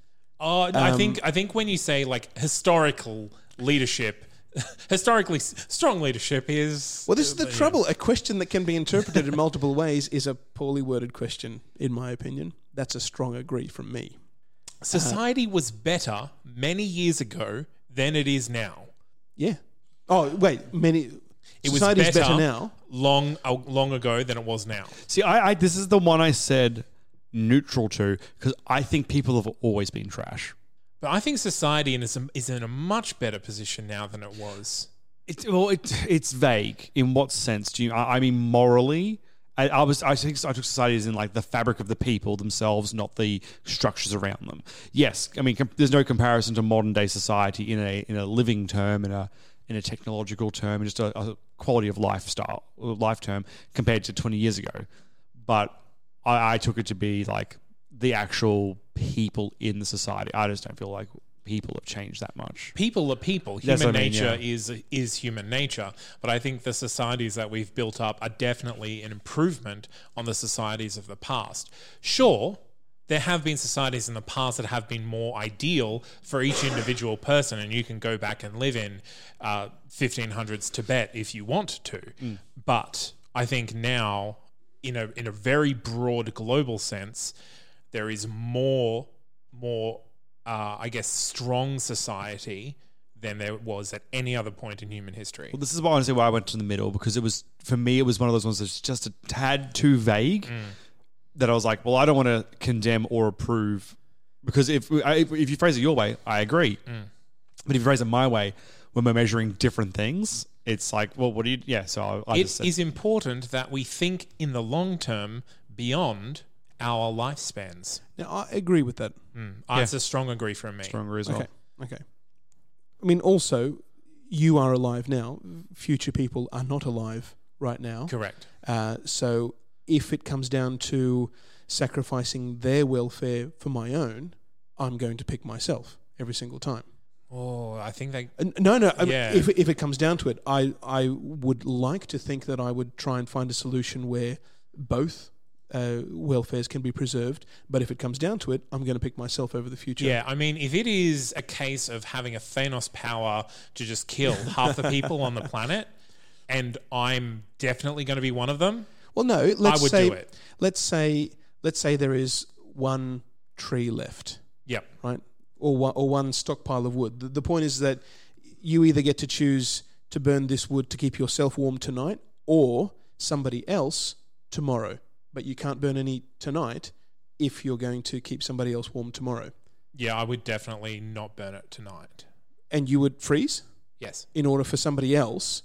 [SPEAKER 1] Oh, I think I think when you say like historical leadership, [LAUGHS] historically s- strong leadership is
[SPEAKER 3] Well, this is the trouble. A question that can be interpreted in multiple ways is a poorly worded question, in my opinion. That's a strong agree from me.
[SPEAKER 1] Society was better many years ago than it is now.
[SPEAKER 3] Yeah. Oh wait, many.
[SPEAKER 1] It
[SPEAKER 3] society's
[SPEAKER 1] was better,
[SPEAKER 3] now.
[SPEAKER 1] long uh, long ago than it was now.
[SPEAKER 2] See, I, I this is the one I said neutral to because I think people have always been trash.
[SPEAKER 1] But I think society is is in a much better position now than it was.
[SPEAKER 2] It, well, it, it's vague. In what sense do you? I, I mean, morally, I, I was. I think I took society as in like the fabric of the people themselves, not the structures around them. Yes, I mean, com- there's no comparison to modern day society in a in a living term, in a in a technological term, and just a, a quality of lifestyle, life term, compared to 20 years ago. But I, I took it to be like the actual people in the society. I just don't feel like people have changed that much.
[SPEAKER 1] People are people.
[SPEAKER 2] That's
[SPEAKER 1] Human
[SPEAKER 2] what I mean,
[SPEAKER 1] nature
[SPEAKER 2] yeah.
[SPEAKER 1] is is human nature. But I think the societies that we've built up are definitely an improvement on the societies of the past. Sure, there have been societies in the past that have been more ideal for each individual person, and you can go back and live in uh, 1500s Tibet if you want to. But I think now, in a in a very broad global sense, there is more more uh, I guess strong society than there was at any other point in human history.
[SPEAKER 2] Well, this is why honestly why I went to the middle because it was for me it was one of those ones that's just a tad too vague that I was like, well, I don't want to condemn or approve because if I, if if you phrase it your way, I agree, but if you phrase it my way, when we're measuring different things, it's like, well, what do you? Yeah, so I, I
[SPEAKER 1] It
[SPEAKER 2] just said,
[SPEAKER 1] is important that we think in the long term beyond our lifespans.
[SPEAKER 3] Now I agree with that.
[SPEAKER 1] Ah, It's a strong agree from me.
[SPEAKER 2] stronger as well.
[SPEAKER 3] Okay. Okay. I mean, also, you are alive now. Future people are not alive right now.
[SPEAKER 1] Correct.
[SPEAKER 3] Uh, so if it comes down to sacrificing their welfare for my own, I'm going to pick myself every single time.
[SPEAKER 1] Oh, I think they.
[SPEAKER 3] And- No, no. I mean,
[SPEAKER 1] Yeah.
[SPEAKER 3] If if it comes down to it, I I would like to think that I would try and find a solution where both uh, welfares can be preserved. But if it comes down to it, I'm going to pick myself over the future.
[SPEAKER 1] Yeah, I mean, if it is a case of having a Thanos power to just
[SPEAKER 2] [LAUGHS]
[SPEAKER 1] kill half the people on the planet, and I'm definitely going to be one of them,
[SPEAKER 3] Well, no. Let's
[SPEAKER 1] would
[SPEAKER 3] say
[SPEAKER 1] do it.
[SPEAKER 3] let's say let's say there is one tree left,
[SPEAKER 1] yep.
[SPEAKER 3] right, or one, or one stockpile of wood. The, the point is that you either get to choose to burn this wood to keep yourself warm tonight, or somebody else tomorrow. But you can't burn any tonight if you're going to keep somebody else warm tomorrow.
[SPEAKER 1] Yeah, I would definitely not burn it tonight.
[SPEAKER 3] And you would freeze
[SPEAKER 1] Yes.
[SPEAKER 3] in order for somebody else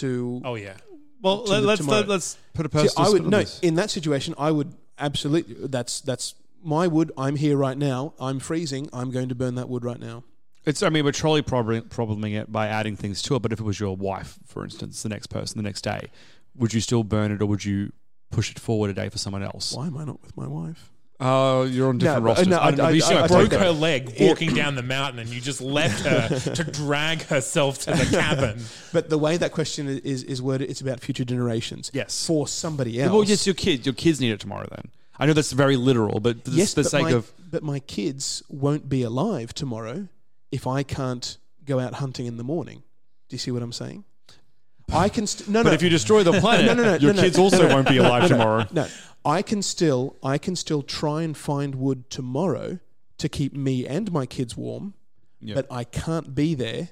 [SPEAKER 3] to.
[SPEAKER 1] Oh, yeah.
[SPEAKER 2] Well,
[SPEAKER 3] To
[SPEAKER 2] let,
[SPEAKER 3] the-
[SPEAKER 2] let's
[SPEAKER 3] to
[SPEAKER 2] let,
[SPEAKER 3] my-
[SPEAKER 2] let's put a
[SPEAKER 3] See,
[SPEAKER 2] personal.
[SPEAKER 3] I would
[SPEAKER 2] spin on
[SPEAKER 3] no.
[SPEAKER 2] this.
[SPEAKER 3] In that situation, I would absolutely. That's that's my wood. I'm here right now. I'm freezing. I'm going to burn that wood right now.
[SPEAKER 2] It's I mean we're trolley problem, probleming it by adding things to it. But if it was your wife, for instance, the next person, the next day, would you still burn it or would you push it forward a day for someone else?
[SPEAKER 3] Why am I not with my wife?
[SPEAKER 2] Oh, you're on different
[SPEAKER 3] but-
[SPEAKER 2] rosters.
[SPEAKER 3] no,
[SPEAKER 2] I don't
[SPEAKER 3] I-
[SPEAKER 2] know, but you
[SPEAKER 3] I-
[SPEAKER 2] see
[SPEAKER 3] I-
[SPEAKER 2] my
[SPEAKER 3] I
[SPEAKER 2] point,
[SPEAKER 3] take
[SPEAKER 1] broke
[SPEAKER 2] though.
[SPEAKER 1] her leg walking down the mountain and you just left her to drag herself to the cabin.
[SPEAKER 3] But the way that question i- is is worded, it's about future generations.
[SPEAKER 2] Yes.
[SPEAKER 3] for somebody else.
[SPEAKER 2] Well, yes, your kids. Your kids need it tomorrow. Then I know that's very literal, but just
[SPEAKER 3] yes.
[SPEAKER 2] the
[SPEAKER 3] but
[SPEAKER 2] sake
[SPEAKER 3] my,
[SPEAKER 2] of
[SPEAKER 3] but my kids won't be alive tomorrow if I can't go out hunting in the morning. Do you see what I'm saying? I can st- no no.
[SPEAKER 2] [LAUGHS] But if you destroy the planet,
[SPEAKER 3] No, no, no,
[SPEAKER 2] your
[SPEAKER 3] no, no,
[SPEAKER 2] kids
[SPEAKER 3] no,
[SPEAKER 2] also
[SPEAKER 3] no,
[SPEAKER 2] won't be alive tomorrow.
[SPEAKER 3] No, I can still I can still try and find wood tomorrow to keep me and my kids warm,
[SPEAKER 2] Yeah.
[SPEAKER 3] but I can't be there,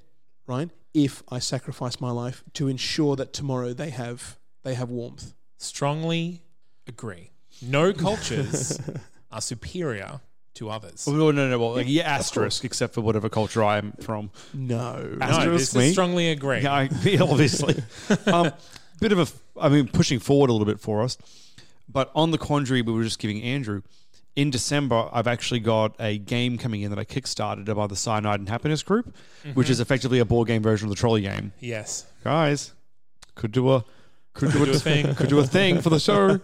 [SPEAKER 3] right? If I sacrifice my life to ensure that tomorrow they have they have warmth.
[SPEAKER 1] [LAUGHS] Strongly agree. No cultures [LAUGHS] are superior to others.
[SPEAKER 2] Oh,
[SPEAKER 1] No,
[SPEAKER 2] No, no, no. Well, like, yeah, asterisk, except for whatever culture I'm from.
[SPEAKER 3] No,
[SPEAKER 1] this is strongly agree.
[SPEAKER 2] Yeah, I, [LAUGHS] yeah, obviously. um, bit of a, f- I mean, pushing forward a little bit for us. But on the contrary, we were just giving Andrew. In December, I've actually got a game coming in that I kickstarted by the Cyanide and Happiness Group, which is effectively a board game version of the trolley game. [LAUGHS]
[SPEAKER 1] Yes.
[SPEAKER 2] Guys, could do a, could do
[SPEAKER 1] Do a thing.
[SPEAKER 2] [LAUGHS] could do a thing for the show.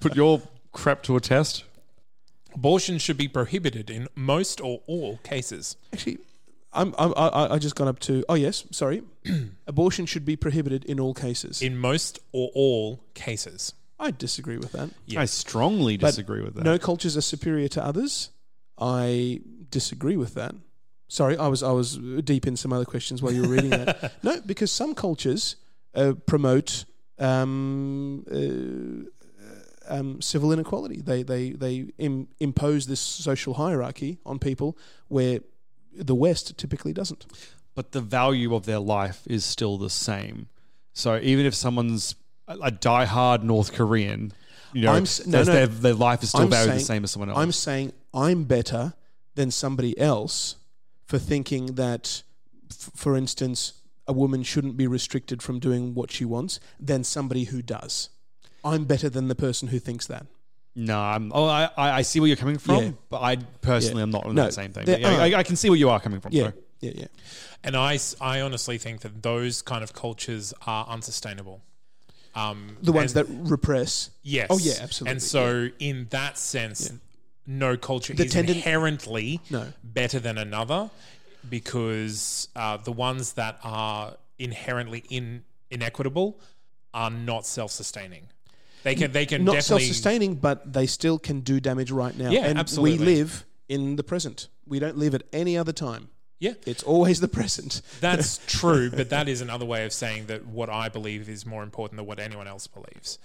[SPEAKER 2] Put your crap to a test.
[SPEAKER 1] Abortion should be prohibited in most or all cases.
[SPEAKER 3] actually, I'm, I'm I- I I just got up to oh yes
[SPEAKER 2] [CLEARS THROAT]
[SPEAKER 3] sorry, abortion should be prohibited in all cases.
[SPEAKER 1] In most or all cases.
[SPEAKER 3] I disagree with that.
[SPEAKER 1] Yeah.
[SPEAKER 2] I strongly
[SPEAKER 3] But
[SPEAKER 2] disagree with that.
[SPEAKER 3] No cultures are superior to others. I disagree with that. Sorry, I was I was deep in some other questions while you were
[SPEAKER 2] [LAUGHS]
[SPEAKER 3] reading that. No, because some cultures uh, promote um, uh, um, civil inequality. They they they Im- impose this social hierarchy on people where the West typically doesn't.
[SPEAKER 2] but the value of their life is still the same. So even if someone's a a diehard North Korean, you know,
[SPEAKER 3] I'm s- no,
[SPEAKER 2] that's
[SPEAKER 3] no.
[SPEAKER 2] Their, their life is still
[SPEAKER 3] I'm
[SPEAKER 2] valued the
[SPEAKER 3] saying-
[SPEAKER 2] same as someone else.
[SPEAKER 3] I'm saying I'm better than somebody else for thinking that, f- for instance, a woman shouldn't be restricted from doing what she wants than somebody who does. I'm better than the person who thinks that.
[SPEAKER 2] no, I'm, oh, I, I I see where you're coming from,
[SPEAKER 3] Yeah.
[SPEAKER 2] but I personally am
[SPEAKER 3] Yeah.
[SPEAKER 2] not on
[SPEAKER 3] No,
[SPEAKER 2] that same thing.
[SPEAKER 3] there
[SPEAKER 2] But yeah, I,
[SPEAKER 3] are-
[SPEAKER 2] I can see where you are coming from.
[SPEAKER 3] Yeah,
[SPEAKER 2] sorry.
[SPEAKER 3] yeah, yeah.
[SPEAKER 1] And I, s- I honestly think that those kind of cultures are unsustainable. Um,
[SPEAKER 3] The ones
[SPEAKER 1] and-
[SPEAKER 3] that repress.
[SPEAKER 1] Yes.
[SPEAKER 3] Oh, yeah, absolutely,
[SPEAKER 1] And so, in that sense, no culture
[SPEAKER 3] The
[SPEAKER 1] is
[SPEAKER 3] tenden-
[SPEAKER 1] inherently
[SPEAKER 3] No.
[SPEAKER 1] better than another because uh, the ones that are inherently in, inequitable are not self-sustaining. They can they can
[SPEAKER 3] Not
[SPEAKER 1] definitely
[SPEAKER 3] self-sustaining, but they still can do damage right now.
[SPEAKER 1] Yeah,
[SPEAKER 3] and
[SPEAKER 1] absolutely.
[SPEAKER 3] we live in the present. We don't live at any other time.
[SPEAKER 1] yeah.
[SPEAKER 3] It's always the [LAUGHS] present.
[SPEAKER 1] That's true, but that is another way of saying that what I believe is more important than what anyone else believes.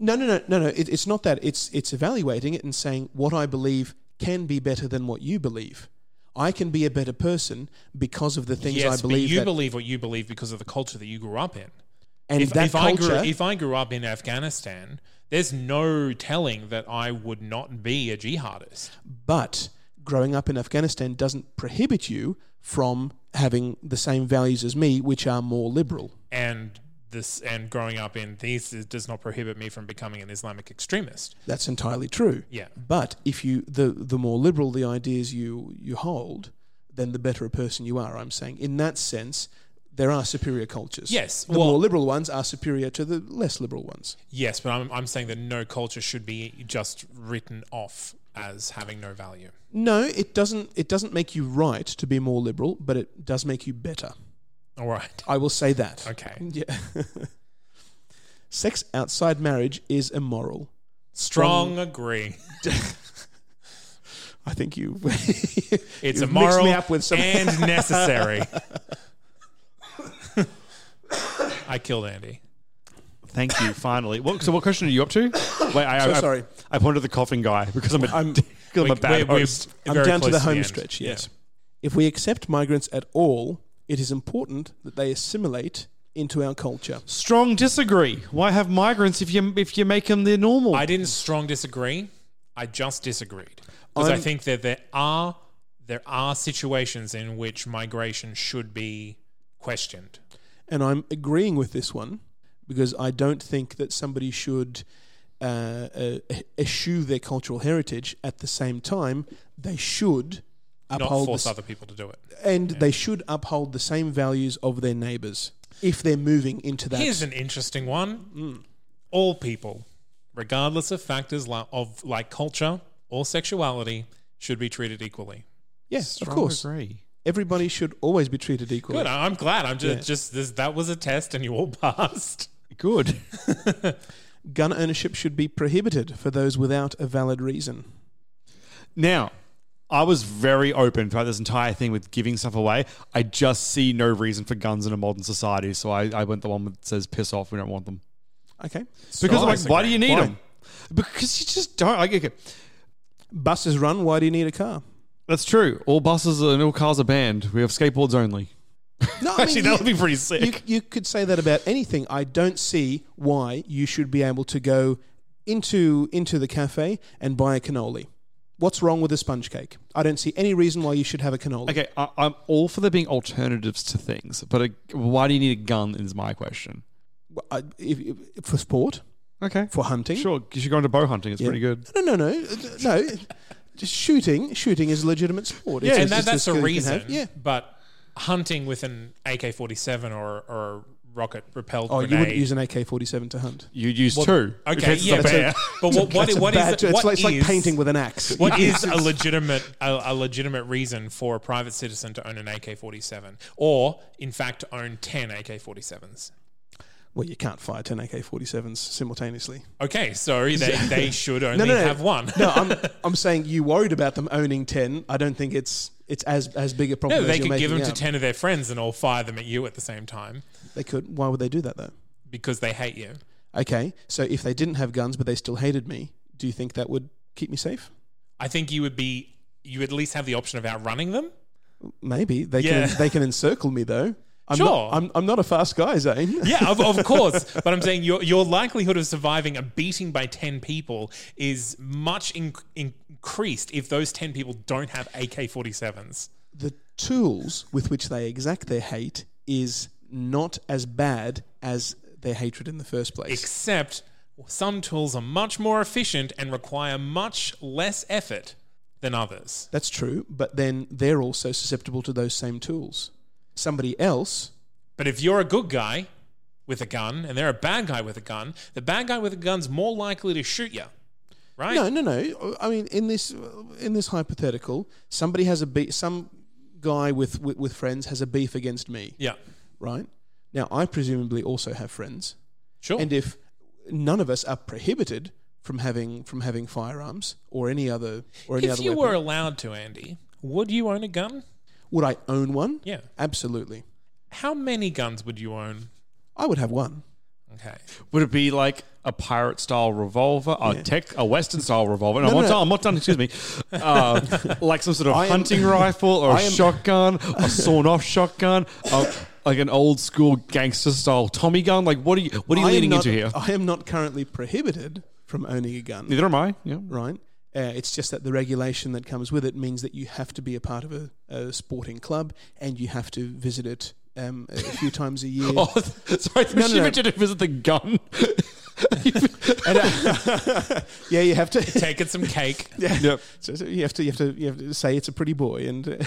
[SPEAKER 3] No, no, no, no, no. It, it's not that. It's it's evaluating it and saying what I believe can be better than what you believe. I can be a better person because of the things
[SPEAKER 1] yes,
[SPEAKER 3] I believe.
[SPEAKER 1] but you
[SPEAKER 3] that,
[SPEAKER 1] believe what you believe because of the culture that you grew up in.
[SPEAKER 3] and
[SPEAKER 1] if,
[SPEAKER 3] that
[SPEAKER 1] if
[SPEAKER 3] culture.
[SPEAKER 1] I grew, if I grew up in Afghanistan, there's no telling that I would not be a jihadist.
[SPEAKER 3] but growing up in Afghanistan doesn't prohibit you from having the same values as me, which are more liberal.
[SPEAKER 1] And this and growing up in these is- does not prohibit me from becoming an Islamic extremist.
[SPEAKER 3] That's entirely true.
[SPEAKER 1] Yeah.
[SPEAKER 3] But if you the the more liberal the ideas you you hold, then the better a person you are. I'm saying in that sense, there are superior cultures.
[SPEAKER 1] Yes,
[SPEAKER 3] the
[SPEAKER 1] well-
[SPEAKER 3] more liberal ones are superior to the less liberal ones.
[SPEAKER 1] Yes, but I'm, I'm saying that no culture should be just written off as having no value.
[SPEAKER 3] No, it doesn't. It doesn't make you right to be more liberal, but it does make you better.
[SPEAKER 1] All right.
[SPEAKER 3] I will say that.
[SPEAKER 1] Okay.
[SPEAKER 3] [LAUGHS] Yeah. Sex outside marriage is immoral.
[SPEAKER 1] Strong agree.
[SPEAKER 3] I think you. [LAUGHS]
[SPEAKER 1] It's
[SPEAKER 3] You've mixed
[SPEAKER 1] immoral
[SPEAKER 3] me up with some- [LAUGHS]
[SPEAKER 1] and necessary. [LAUGHS] I killed Andy.
[SPEAKER 2] Thank you. Finally, what, so what question are you [COUGHS] up to? Wait, I, I,
[SPEAKER 3] So sorry.
[SPEAKER 2] I pointed at the coughing guy [LAUGHS] because I'm a,
[SPEAKER 3] I'm-
[SPEAKER 2] because I'm a
[SPEAKER 1] We-
[SPEAKER 2] bad
[SPEAKER 1] we're- we're
[SPEAKER 2] host.
[SPEAKER 3] I'm
[SPEAKER 1] very
[SPEAKER 3] down to
[SPEAKER 1] close
[SPEAKER 3] the home
[SPEAKER 1] end.
[SPEAKER 3] stretch.
[SPEAKER 1] Yeah.
[SPEAKER 3] Yes. If we accept migrants at all, it is important that they assimilate into our culture.
[SPEAKER 2] Strong disagree. Why have migrants if you if you make them the normal?
[SPEAKER 1] I didn't strong disagree. I just disagreed because I
[SPEAKER 3] I'm-
[SPEAKER 1] think that there are there are situations in which migration should be questioned.
[SPEAKER 3] And I'm agreeing with this one because I don't think that somebody should uh, uh, eschew their cultural heritage. At the same time, they should
[SPEAKER 1] Not
[SPEAKER 3] uphold
[SPEAKER 1] force
[SPEAKER 3] the, s-
[SPEAKER 1] other people to do it.
[SPEAKER 3] and they should uphold the same values of their neighbours if they're moving into that.
[SPEAKER 1] Here's an interesting one.
[SPEAKER 3] Mm.
[SPEAKER 1] All people, regardless of factors li- of like culture or sexuality, should be treated equally.
[SPEAKER 3] yes,
[SPEAKER 2] Strong
[SPEAKER 3] of course.
[SPEAKER 2] Agree.
[SPEAKER 3] Everybody should always be treated equally.
[SPEAKER 1] Good. I- I'm glad. I'm just,
[SPEAKER 3] Yeah.
[SPEAKER 1] just this, that was a test and you all [LAUGHS] passed.
[SPEAKER 2] Good. [LAUGHS]
[SPEAKER 3] Gun ownership should be prohibited for those without a valid reason.
[SPEAKER 2] Now, I was very open throughout this entire thing with giving stuff away. I just see no reason for guns in a modern society, so I, I went the one that says piss off, we don't want them.
[SPEAKER 3] Okay.
[SPEAKER 2] Because I'm like,
[SPEAKER 1] disagree.
[SPEAKER 2] why do you need
[SPEAKER 3] Why?
[SPEAKER 2] them? Because you just don't. Like, okay,
[SPEAKER 3] Buses run. Why do you need a car?
[SPEAKER 2] that's true. All buses and all cars are banned. We have skateboards only.
[SPEAKER 3] No,
[SPEAKER 2] Actually, that would be pretty sick.
[SPEAKER 3] you, you could say that about anything. I don't see why you should be able to go into into the cafe and buy a cannoli. What's wrong with a sponge cake? I don't see any reason why you should have a cannoli.
[SPEAKER 2] okay, I, I'm all for there being alternatives to things, but uh why do you need a gun? Is my question.
[SPEAKER 3] Well, I- if- if- for sport,
[SPEAKER 2] Okay,
[SPEAKER 3] for hunting.
[SPEAKER 2] sure. You should go into bow hunting. It's
[SPEAKER 3] Yeah.
[SPEAKER 2] pretty good.
[SPEAKER 3] No, no, no, no. Just shooting. Shooting is a legitimate sport. It's-
[SPEAKER 1] and
[SPEAKER 3] it's-
[SPEAKER 1] that, that's
[SPEAKER 3] it's skill
[SPEAKER 1] a
[SPEAKER 3] you can
[SPEAKER 1] reason.
[SPEAKER 3] have. Yeah.
[SPEAKER 1] But hunting with an AK forty seven or or a rocket repelled
[SPEAKER 3] Oh,
[SPEAKER 1] grenade.
[SPEAKER 3] you wouldn't use an AK-47 to hunt.
[SPEAKER 2] You'd use
[SPEAKER 1] Well,
[SPEAKER 2] two.
[SPEAKER 1] Okay,
[SPEAKER 2] If it's
[SPEAKER 1] yeah,
[SPEAKER 2] the
[SPEAKER 1] but,
[SPEAKER 2] bear.
[SPEAKER 1] but what what,
[SPEAKER 3] [LAUGHS] That's a
[SPEAKER 1] what is
[SPEAKER 3] bad
[SPEAKER 1] what
[SPEAKER 3] choice. it's like, it's like
[SPEAKER 1] is-
[SPEAKER 3] painting with an axe. [LAUGHS]
[SPEAKER 1] What is a legitimate a, a legitimate reason for a private citizen to own an AK forty seven, or in fact to own ten AK forty sevens?
[SPEAKER 3] Well, you can't fire 10 AK-47s simultaneously. [LAUGHS]
[SPEAKER 1] Okay, so they, they should only
[SPEAKER 3] no, no.
[SPEAKER 1] have [LAUGHS] one.
[SPEAKER 3] No, I'm I'm saying you worried about them owning ten. I don't think it's it's as as big a problem.
[SPEAKER 1] No,
[SPEAKER 3] as
[SPEAKER 1] they
[SPEAKER 3] you're
[SPEAKER 1] could give them
[SPEAKER 3] making
[SPEAKER 1] to
[SPEAKER 3] out.
[SPEAKER 1] ten of their friends and all fire them at you at the same time
[SPEAKER 3] They could. Why would they do that though?
[SPEAKER 1] because they hate you.
[SPEAKER 3] Okay, so if they didn't have guns but they still hated me, do you think that would keep me safe?
[SPEAKER 1] I think you would be you at least have the option of outrunning them.
[SPEAKER 3] Maybe they
[SPEAKER 1] Yeah.
[SPEAKER 3] can they can encircle me though. I'm
[SPEAKER 1] Sure.
[SPEAKER 3] Not, I'm I'm not a fast guy, Zane.
[SPEAKER 1] Yeah, of, of course. But I'm saying your your likelihood of surviving a beating by ten people is much in, in- increased if those ten people don't have AK-47s.
[SPEAKER 3] [LAUGHS] the tools with which they exact their hate is not as bad as their hatred in the first place.
[SPEAKER 1] Except some tools are much more efficient and require much less effort than others.
[SPEAKER 3] That's true, but then they're also susceptible to those same tools. Somebody else,
[SPEAKER 1] But if you're a good guy with a gun and they're a bad guy with a gun, the bad guy with a gun's more likely to shoot you, right?
[SPEAKER 3] no, no, no. I mean, in this in this hypothetical, somebody has a beef. Some guy with, with with friends has a beef against me,
[SPEAKER 1] Yeah,
[SPEAKER 3] right? Now, I presumably also have friends.
[SPEAKER 1] sure.
[SPEAKER 3] and if none of us are prohibited from having from having firearms or any other or any
[SPEAKER 1] if
[SPEAKER 3] other
[SPEAKER 1] you
[SPEAKER 3] weapon,
[SPEAKER 1] were allowed to, Andy, would you own a gun?
[SPEAKER 3] would I own one?
[SPEAKER 1] Yeah.
[SPEAKER 3] absolutely.
[SPEAKER 1] How many guns would you own?
[SPEAKER 3] I would have one.
[SPEAKER 1] Okay.
[SPEAKER 2] Would it be like a pirate style revolver, a tech, a western style revolver? No,
[SPEAKER 3] No,
[SPEAKER 2] I'm,
[SPEAKER 3] no,
[SPEAKER 2] not
[SPEAKER 3] no.
[SPEAKER 2] done, I'm not done. Excuse me. Uh, [LAUGHS] like some sort of
[SPEAKER 3] I am-
[SPEAKER 2] hunting rifle [LAUGHS] or a
[SPEAKER 3] I am-
[SPEAKER 2] shotgun, a sawn-off shotgun, a, like an old school gangster style Tommy gun. Like what are you? What are you
[SPEAKER 3] I am
[SPEAKER 2] leaning
[SPEAKER 3] not-
[SPEAKER 2] into here?
[SPEAKER 3] I am not currently prohibited from owning a gun.
[SPEAKER 2] Neither am I. Yeah.
[SPEAKER 3] Right. Uh, it's just that the regulation that comes with it means that you have to be a part of a, a sporting club and you have to visit it um, a few times
[SPEAKER 2] [LAUGHS]
[SPEAKER 3] a year.
[SPEAKER 2] Oh, sorry, no,
[SPEAKER 3] no,
[SPEAKER 2] she
[SPEAKER 3] no.
[SPEAKER 2] mentioned it was the gun.
[SPEAKER 3] And, uh, yeah,
[SPEAKER 2] [LAUGHS]
[SPEAKER 3] you have to.
[SPEAKER 1] Taking some cake.
[SPEAKER 2] Yep.
[SPEAKER 3] So, so you have to. You have to. You have to say it's a pretty boy and. uh,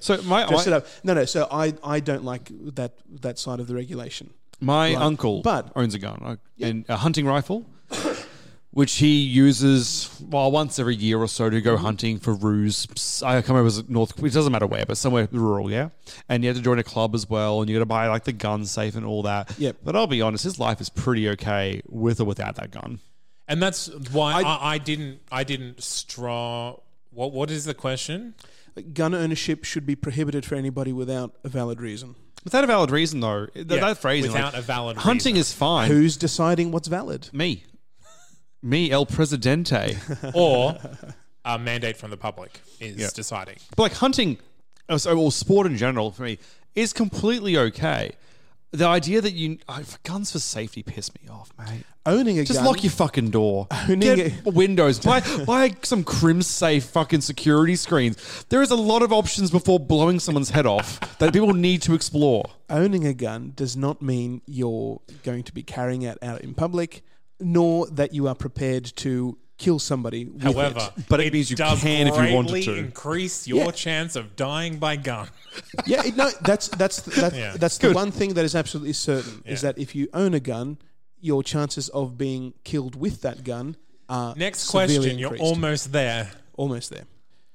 [SPEAKER 2] So my
[SPEAKER 3] dress it
[SPEAKER 2] my,
[SPEAKER 3] up. No, no. So I, I don't like that that side of the regulation.
[SPEAKER 2] my uncle
[SPEAKER 3] But-
[SPEAKER 2] owns a gun uh, and a hunting rifle, which he uses well once every year or so to go
[SPEAKER 3] Mm-hmm.
[SPEAKER 2] hunting for ruse. Pss, I can't remember if it was north. It doesn't matter where, but somewhere rural, yeah. And you have to join a club as well, and you got to buy like the gun safe and all that.
[SPEAKER 3] Yep.
[SPEAKER 2] But I'll be honest, his life is pretty okay with or without that gun.
[SPEAKER 1] And that's why I, I, didn't I didn't straw what what is the question?
[SPEAKER 3] Gun ownership should be prohibited for anybody without a valid reason.
[SPEAKER 2] Without a valid reason, though, th- that phrase like,
[SPEAKER 1] without a valid
[SPEAKER 2] hunting is fine.
[SPEAKER 3] Who's deciding what's valid?
[SPEAKER 2] me? Me, El Presidente.
[SPEAKER 1] reason. or a mandate from the public is
[SPEAKER 2] Yeah.
[SPEAKER 1] deciding.
[SPEAKER 2] But like hunting, uh, so or sport in general for me is completely okay. The idea that you oh, for guns for safety piss me off, mate.
[SPEAKER 3] Owning a
[SPEAKER 2] Just
[SPEAKER 3] gun.
[SPEAKER 2] lock your fucking door.
[SPEAKER 3] Owning
[SPEAKER 2] Get windows. Buy buy some crim safe fucking security screens. There is a lot of options before blowing someone's head off that people need to explore.
[SPEAKER 3] owning a gun does not mean you're going to be carrying it out in public, nor that you are prepared to kill somebody. With
[SPEAKER 1] However,
[SPEAKER 2] But it means you
[SPEAKER 1] does
[SPEAKER 2] can if you wanted
[SPEAKER 1] greatly
[SPEAKER 2] to.
[SPEAKER 1] increase your
[SPEAKER 3] Yeah.
[SPEAKER 1] chance of dying by
[SPEAKER 2] [LAUGHS]
[SPEAKER 1] gun.
[SPEAKER 3] it. yeah, it- no, that's that's
[SPEAKER 1] [LAUGHS]
[SPEAKER 3] that,
[SPEAKER 1] Yeah.
[SPEAKER 3] that's the one thing that is absolutely certain is
[SPEAKER 1] Yeah.
[SPEAKER 3] that if you own a gun, your chances of being killed with that gun are
[SPEAKER 1] Next
[SPEAKER 3] severely
[SPEAKER 1] question, you're
[SPEAKER 3] increased.
[SPEAKER 1] almost there.
[SPEAKER 3] almost there.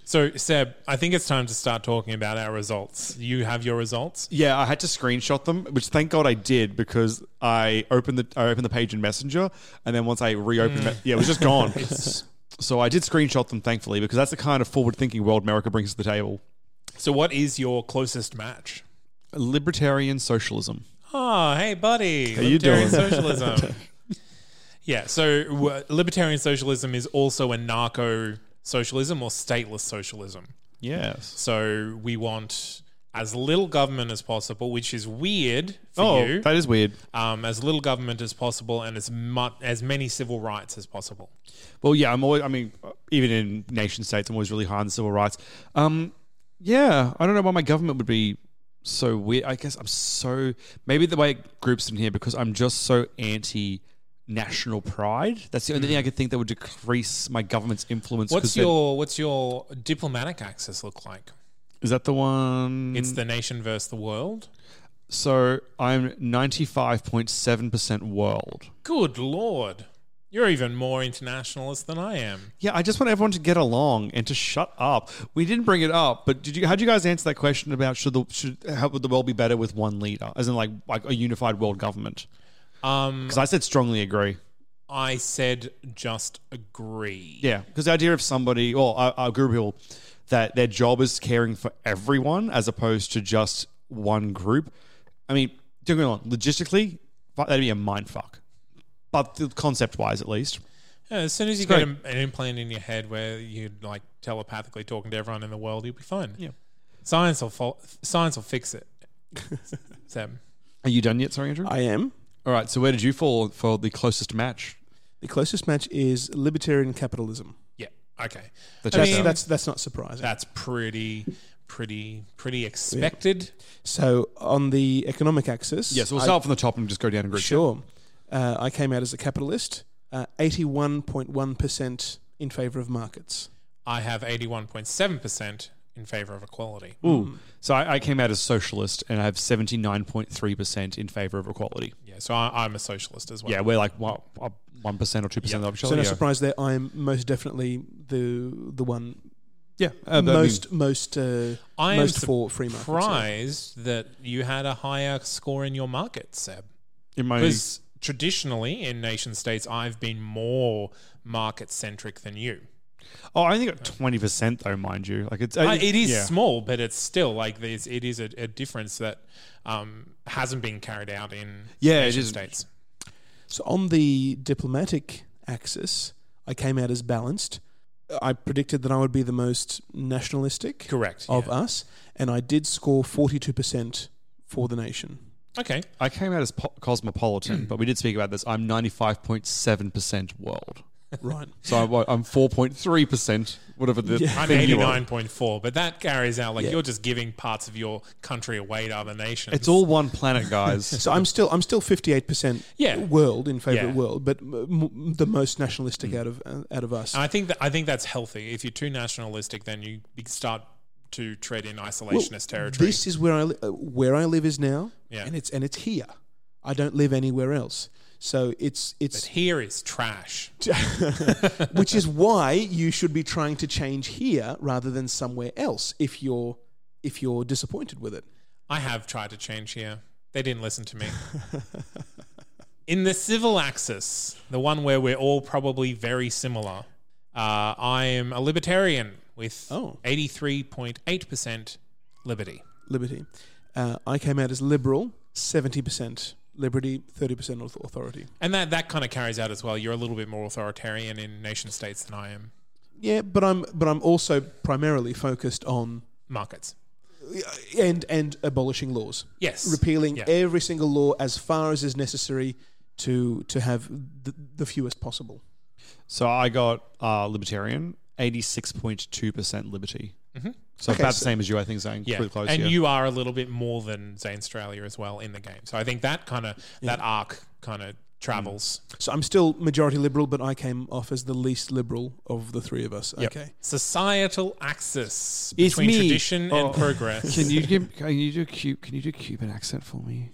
[SPEAKER 1] So Seb, I think it's time to start talking about our results. You have your results?
[SPEAKER 2] Yeah, I had to screenshot them, which thank God I did because I opened the I opened the page in Messenger, and then once I reopened, me- yeah, it was just gone. so I did screenshot them, thankfully, because that's the kind of forward thinking world America brings to the table.
[SPEAKER 1] So what is your closest match?
[SPEAKER 2] Libertarian socialism.
[SPEAKER 1] Oh, hey, buddy. How
[SPEAKER 2] you
[SPEAKER 1] libertarian
[SPEAKER 2] doing?
[SPEAKER 1] socialism.
[SPEAKER 2] [LAUGHS]
[SPEAKER 1] yeah, so w- libertarian socialism is also a narco socialism or stateless socialism.
[SPEAKER 2] Yes.
[SPEAKER 1] So we want as little government as possible, which is weird for
[SPEAKER 2] oh,
[SPEAKER 1] you.
[SPEAKER 2] that is weird.
[SPEAKER 1] um, as little government as possible and as mu- as many civil rights as possible.
[SPEAKER 2] Well, yeah, I'm always. I mean, even in nation states, I'm always really high on civil rights. Um, yeah, I don't know why my government would be so weird. I guess I'm so maybe the way it groups in here because I'm just so anti national pride. That's the only thing I could think that would decrease my government's influence.
[SPEAKER 1] What's
[SPEAKER 2] 'cause then-
[SPEAKER 1] your what's your diplomatic axis look like?
[SPEAKER 2] Is that the one?
[SPEAKER 1] It's the nation versus the world.
[SPEAKER 2] so I'm 95.7 percent world.
[SPEAKER 1] Good lord. You're even more internationalist than I am.
[SPEAKER 2] Yeah, I just want everyone to get along and to shut up. We didn't bring it up, but did you? How did you guys answer that question about should the should how would the world be better with one leader, as in like like a unified world government?
[SPEAKER 1] Um,
[SPEAKER 2] Because I said strongly agree.
[SPEAKER 1] I said just agree.
[SPEAKER 2] Yeah, because the idea of somebody or a, a group of people that their job is caring for everyone as opposed to just one group. I mean, don't get me wrong. Logistically, fu- that'd be a mind fuck. but the concept wise, at least.
[SPEAKER 1] Yeah, as soon as you get
[SPEAKER 2] great.
[SPEAKER 1] an an implant in your head where you're like telepathically talking to everyone in the world, you'll be fine.
[SPEAKER 2] Yeah.
[SPEAKER 1] Science will fol- science will fix it. Sam.
[SPEAKER 2] Are you done yet, sorry, Andrew?
[SPEAKER 3] I am.
[SPEAKER 2] All right. So where did you fall for the closest match?
[SPEAKER 3] The closest match is libertarian capitalism.
[SPEAKER 1] Yeah. Okay.
[SPEAKER 2] The
[SPEAKER 1] I
[SPEAKER 2] chapter.
[SPEAKER 1] mean,
[SPEAKER 3] That's that's not surprising.
[SPEAKER 1] that's pretty, pretty, pretty expected.
[SPEAKER 3] So on the economic axis,
[SPEAKER 2] Yes, we'll
[SPEAKER 3] I-
[SPEAKER 2] start from the top and just go down in group.
[SPEAKER 3] Sure. Uh, I came out as a capitalist, uh, 81.1% in favour of markets.
[SPEAKER 1] I have eighty-one point seven percent in favor of equality.
[SPEAKER 2] Ooh. So I, I came out as socialist and I have 79.3% in favor of equality.
[SPEAKER 1] Yeah. So I, I'm a socialist as well.
[SPEAKER 2] Yeah, we're like one- uh, 1% or 2% of the
[SPEAKER 3] So no
[SPEAKER 2] population. Oh, yeah.
[SPEAKER 3] surprise there. I'm most definitely the the one
[SPEAKER 2] yeah. Uh, but I mean-
[SPEAKER 3] most most uh,
[SPEAKER 1] I am
[SPEAKER 3] most for free markets. yeah.
[SPEAKER 1] Surprised that you had a higher score in your market, Seb.
[SPEAKER 2] in my,
[SPEAKER 1] Because traditionally in nation states, I've been more market centric than you.
[SPEAKER 2] oh, I only got 20% though, mind you. Like it's,
[SPEAKER 1] I- it is
[SPEAKER 2] Uh, yeah.
[SPEAKER 1] small, but it's still like there's, it is a, a difference that um, hasn't been carried out in
[SPEAKER 2] Yeah, it
[SPEAKER 1] nation
[SPEAKER 2] is-
[SPEAKER 1] states.
[SPEAKER 3] So on the diplomatic axis, I came out as balanced. I predicted that I would be the most nationalistic
[SPEAKER 1] Correct.
[SPEAKER 3] of
[SPEAKER 1] yeah.
[SPEAKER 3] us, and I did score 42% for the nation.
[SPEAKER 1] Okay.
[SPEAKER 2] I came out as po- cosmopolitan, but we did speak about this. I'm 95.7% world.
[SPEAKER 3] Right.
[SPEAKER 2] So I'm, I'm 4.3%, whatever the
[SPEAKER 3] Yeah.
[SPEAKER 1] I'm
[SPEAKER 2] thing you are.
[SPEAKER 1] 89.4, but that carries out like
[SPEAKER 3] Yeah.
[SPEAKER 1] you're just giving parts of your country away to other nations.
[SPEAKER 2] It's all one planet, guys. [LAUGHS]
[SPEAKER 3] So I'm still I'm still 58%
[SPEAKER 1] Yeah.
[SPEAKER 3] world in favor
[SPEAKER 1] Yeah.
[SPEAKER 3] of world, but m- m- the most nationalistic out of uh, out of us.
[SPEAKER 1] And I think that I think that's healthy. If you're too nationalistic, then you be- start to tread in isolationist territory.
[SPEAKER 3] This is where I li- uh, where I live is now,
[SPEAKER 1] Yeah.
[SPEAKER 3] and it's and it's here. I don't live anywhere else. So it's
[SPEAKER 1] But
[SPEAKER 3] it's
[SPEAKER 1] here is trash.
[SPEAKER 3] [LAUGHS] which is why you should be trying to change here rather than somewhere else if you're if you're disappointed with it.
[SPEAKER 1] I have tried to change here. They didn't listen to me. [LAUGHS] In the civil axis, the one where we're all probably very similar, uh, I am a libertarian with
[SPEAKER 3] Oh.
[SPEAKER 1] 83.8% liberty.
[SPEAKER 3] Liberty. Uh, I came out as liberal, seventy percent liberty, thirty percent authority.
[SPEAKER 1] And that, that kind of carries out as well. You're a little bit more authoritarian in nation states than I am.
[SPEAKER 3] Yeah, but I'm but I'm also primarily focused on
[SPEAKER 1] Markets.
[SPEAKER 3] and and abolishing laws,
[SPEAKER 1] Yes.
[SPEAKER 3] repealing
[SPEAKER 1] Yeah.
[SPEAKER 3] every single law as far as is necessary to to have the, the fewest possible.
[SPEAKER 2] so I got uh, libertarian, 86.2% liberty. So
[SPEAKER 3] Okay,
[SPEAKER 2] about the
[SPEAKER 3] so-
[SPEAKER 2] same as you, I think, Zane.
[SPEAKER 1] Yeah,
[SPEAKER 2] Pretty close,
[SPEAKER 1] and
[SPEAKER 2] yeah.
[SPEAKER 1] you are a little bit more than Zane Australia as well in the game. So I think that kind of that arc kind of travels.
[SPEAKER 3] So I'm still majority liberal, but I came off as the least liberal of the three of us. Okay,
[SPEAKER 1] Societal axis
[SPEAKER 2] It's
[SPEAKER 1] between
[SPEAKER 2] me.
[SPEAKER 1] tradition
[SPEAKER 2] Oh.
[SPEAKER 1] and progress.
[SPEAKER 2] Can you give, can you do a Cu- can you do a Cuban accent for me,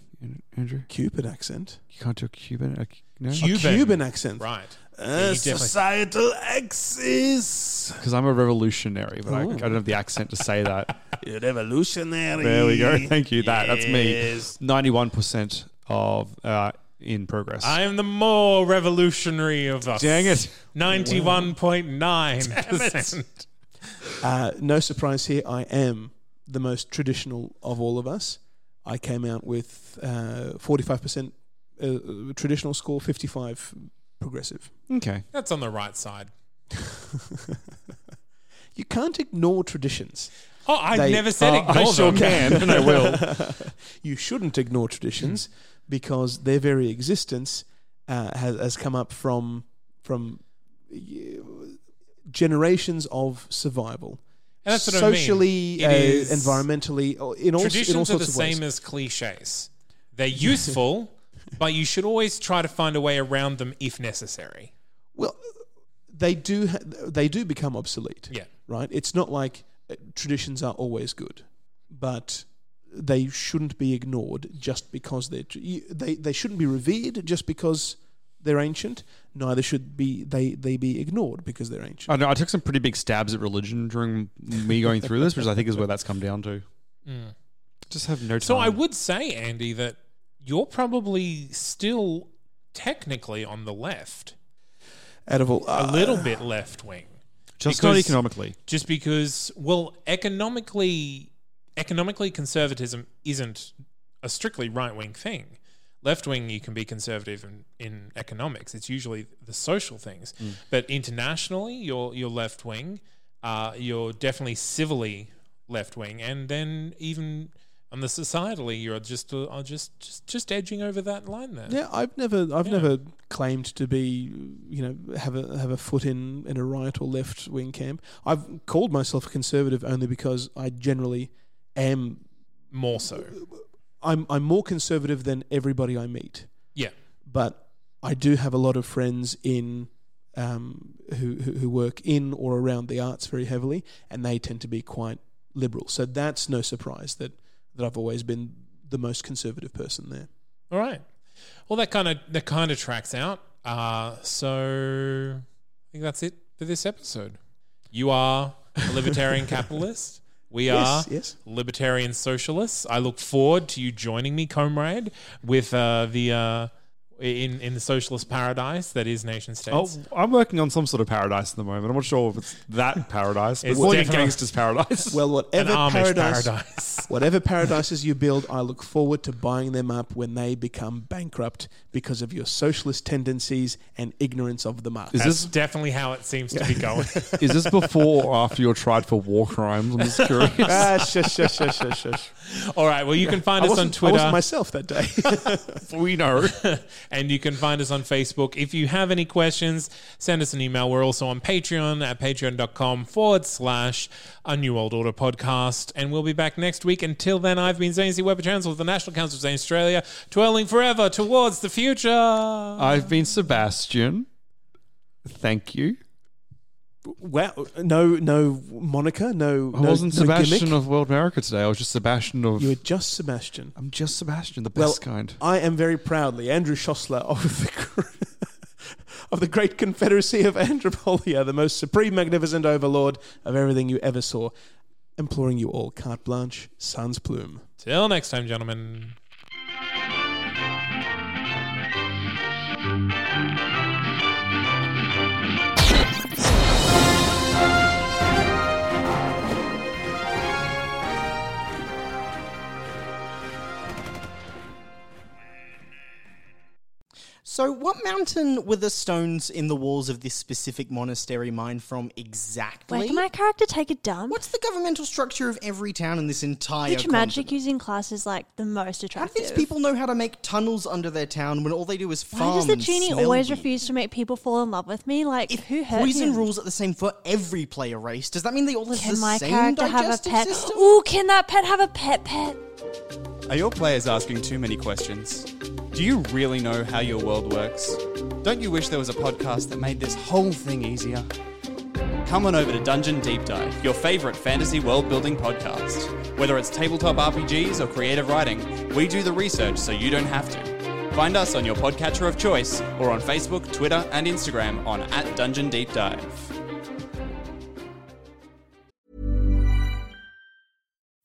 [SPEAKER 2] Andrew?
[SPEAKER 3] Cupid accent,
[SPEAKER 2] You can't do a Cuban. A, no,
[SPEAKER 3] A
[SPEAKER 1] Cuban.
[SPEAKER 3] Cuban accent.
[SPEAKER 1] right?
[SPEAKER 3] Uh,
[SPEAKER 1] you definitely-
[SPEAKER 3] societal axis,
[SPEAKER 2] because I'm a revolutionary, but I, I don't have the accent to say that.
[SPEAKER 1] [LAUGHS]
[SPEAKER 3] revolutionary.
[SPEAKER 2] There we go. [LAUGHS] Thank you. That that's me. Ninety-one percent of uh, in progress.
[SPEAKER 1] I am the more revolutionary of us.
[SPEAKER 2] Dang it.
[SPEAKER 1] ninety-one point nine percent.
[SPEAKER 3] Uh, no surprise here. I am the most traditional of all of us. I came out with uh, 45% uh, traditional score, 55 progressive.
[SPEAKER 2] okay.
[SPEAKER 1] That's on the right side.
[SPEAKER 3] You can't ignore traditions.
[SPEAKER 1] Oh, I
[SPEAKER 3] They-
[SPEAKER 1] never said
[SPEAKER 2] Uh,
[SPEAKER 1] ignore
[SPEAKER 2] I sure
[SPEAKER 1] them.
[SPEAKER 2] can, and
[SPEAKER 1] [LAUGHS]
[SPEAKER 2] I will.
[SPEAKER 3] You shouldn't ignore traditions because their very existence uh, has, has come up from from uh, generations of survival.
[SPEAKER 1] And that's what
[SPEAKER 3] Socially,
[SPEAKER 1] I mean. It
[SPEAKER 3] uh,
[SPEAKER 1] is-
[SPEAKER 3] environmentally, uh, in all, in all
[SPEAKER 1] Traditions
[SPEAKER 3] sorts
[SPEAKER 1] are the
[SPEAKER 3] of ways.
[SPEAKER 1] same as cliches. They're useful, but you should always try to find a way around them if necessary.
[SPEAKER 3] Well, they do ha- they do become obsolete.
[SPEAKER 1] Yeah.
[SPEAKER 3] Right. It's not like uh, traditions are always good, but they shouldn't be ignored just because they're tr- you- they they shouldn't be revered just because they're ancient. Neither should be they they be ignored because they're ancient.
[SPEAKER 2] I know. I took some pretty big stabs at religion during me going through this, which I think is where that's come down to. Just have no time.
[SPEAKER 1] Mm. So I would say, Andy, that you're probably still technically on the left,
[SPEAKER 3] Out of all,
[SPEAKER 1] a
[SPEAKER 3] uh,
[SPEAKER 1] little bit left wing,
[SPEAKER 2] just not
[SPEAKER 1] because-
[SPEAKER 2] economically.
[SPEAKER 1] just because, well, economically, economically conservatism isn't a strictly right wing thing. left wing, you can be conservative in, in economics. It's usually the social things. But internationally, you're, you're left wing, uh, you're definitely civilly left wing. And then even on the societally, you're just, uh, are just, just, just edging over that line there.
[SPEAKER 3] Yeah, I've never, I've never claimed to be, you know, have a have a foot in in a right or left wing camp. I've called myself a conservative only because I generally am.
[SPEAKER 1] More so.
[SPEAKER 3] I'm I'm more conservative than everybody I meet,
[SPEAKER 1] Yeah.
[SPEAKER 3] but I do have a lot of friends in. Um, who, who who work in or around the arts very heavily, and they tend to be quite liberal. So that's no surprise that that I've always been the most conservative person there.
[SPEAKER 1] All right. Well, that kind of that kind of tracks out. Uh, so I think that's it for this episode. You are a
[SPEAKER 3] [LAUGHS]
[SPEAKER 1] libertarian capitalist. We
[SPEAKER 3] Yes,
[SPEAKER 1] are
[SPEAKER 3] yes.
[SPEAKER 1] libertarian socialists. I look forward to you joining me, comrade, with uh, the uh, in in the socialist paradise that is nation
[SPEAKER 2] Oh,
[SPEAKER 1] states.
[SPEAKER 2] I'm working on some sort of paradise at the moment. I'm not sure if it's that paradise.
[SPEAKER 1] [LAUGHS]
[SPEAKER 2] But
[SPEAKER 1] It's
[SPEAKER 2] it's like
[SPEAKER 1] definitely-
[SPEAKER 2] gangster's paradise.
[SPEAKER 3] Well,
[SPEAKER 1] an
[SPEAKER 3] whatever
[SPEAKER 1] Amish
[SPEAKER 3] paradise,
[SPEAKER 1] paradise.
[SPEAKER 3] [LAUGHS] whatever paradises you build, I look forward to buying them up when they become bankrupt because of your socialist tendencies and ignorance of the market.
[SPEAKER 2] is
[SPEAKER 1] That's
[SPEAKER 2] this
[SPEAKER 1] definitely how it seems to be
[SPEAKER 3] [LAUGHS]
[SPEAKER 1] going.
[SPEAKER 2] is this before or after you're tried for war crimes? I'm just curious.
[SPEAKER 3] Ah, shush, shush, shush, shush, shush.
[SPEAKER 1] All right. Well, you can find
[SPEAKER 3] I
[SPEAKER 1] us on
[SPEAKER 3] wasn't, I
[SPEAKER 1] Twitter.
[SPEAKER 3] wasn't myself that day.
[SPEAKER 2] we know.
[SPEAKER 1] [LAUGHS] and you can find us on Facebook. If you have any questions, send us an email. We're also on Patreon at patreon.com forward slash a new old order podcast. And we'll be back next week. Until then, I've been Zane C. Weber Chancellor of the National Council of Zane Australia, twirling forever towards the future.
[SPEAKER 2] [LAUGHS] I've been Sebastian. Thank you.
[SPEAKER 3] wow, no, no, Monica, no,
[SPEAKER 2] I
[SPEAKER 3] no,
[SPEAKER 2] wasn't
[SPEAKER 3] no gimmick.
[SPEAKER 2] Sebastian of World America today. I was just Sebastian of.
[SPEAKER 3] you were just Sebastian.
[SPEAKER 2] I'm just Sebastian, the
[SPEAKER 3] Well,
[SPEAKER 2] best kind.
[SPEAKER 3] I am very proudly Andrew Schossler of the [LAUGHS] of the Great Confederacy of Andropolia, the most supreme, magnificent overlord of everything you ever saw, imploring you all carte blanche, sans plume.
[SPEAKER 1] Till next time, gentlemen.
[SPEAKER 5] So, what mountain were the stones in the walls of this specific monastery mined from exactly?
[SPEAKER 6] Where can my character take a dump?
[SPEAKER 5] What's the governmental structure of every town in this entire?
[SPEAKER 6] Which magic
[SPEAKER 5] continent?
[SPEAKER 6] using class is like the most
[SPEAKER 5] How do
[SPEAKER 6] attractive?
[SPEAKER 5] these people know how to make tunnels under their town when all they do is farm?
[SPEAKER 6] Why does the
[SPEAKER 5] and
[SPEAKER 6] genie
[SPEAKER 5] smell
[SPEAKER 6] always
[SPEAKER 5] weed?
[SPEAKER 6] refuse to make people fall in love with me? Like,
[SPEAKER 5] If
[SPEAKER 6] who hurt
[SPEAKER 5] poison
[SPEAKER 6] him?
[SPEAKER 5] rules are the same for every player race, does that mean they all have the
[SPEAKER 6] Can my
[SPEAKER 5] same
[SPEAKER 6] character have a
[SPEAKER 5] digestive
[SPEAKER 6] pet?
[SPEAKER 5] system?
[SPEAKER 6] Ooh, can that pet have a pet pet?
[SPEAKER 7] Are your players asking too many questions? Do you really know how your world works? Don't you wish there was a podcast that made this whole thing easier? Come on over to Dungeon Deep Dive, your favorite fantasy world building podcast. Whether it's tabletop RPGs or creative writing, we do the research so you don't have to. Find us on your podcatcher of choice or on Facebook, Twitter, and Instagram on at Dungeon Deep Dive.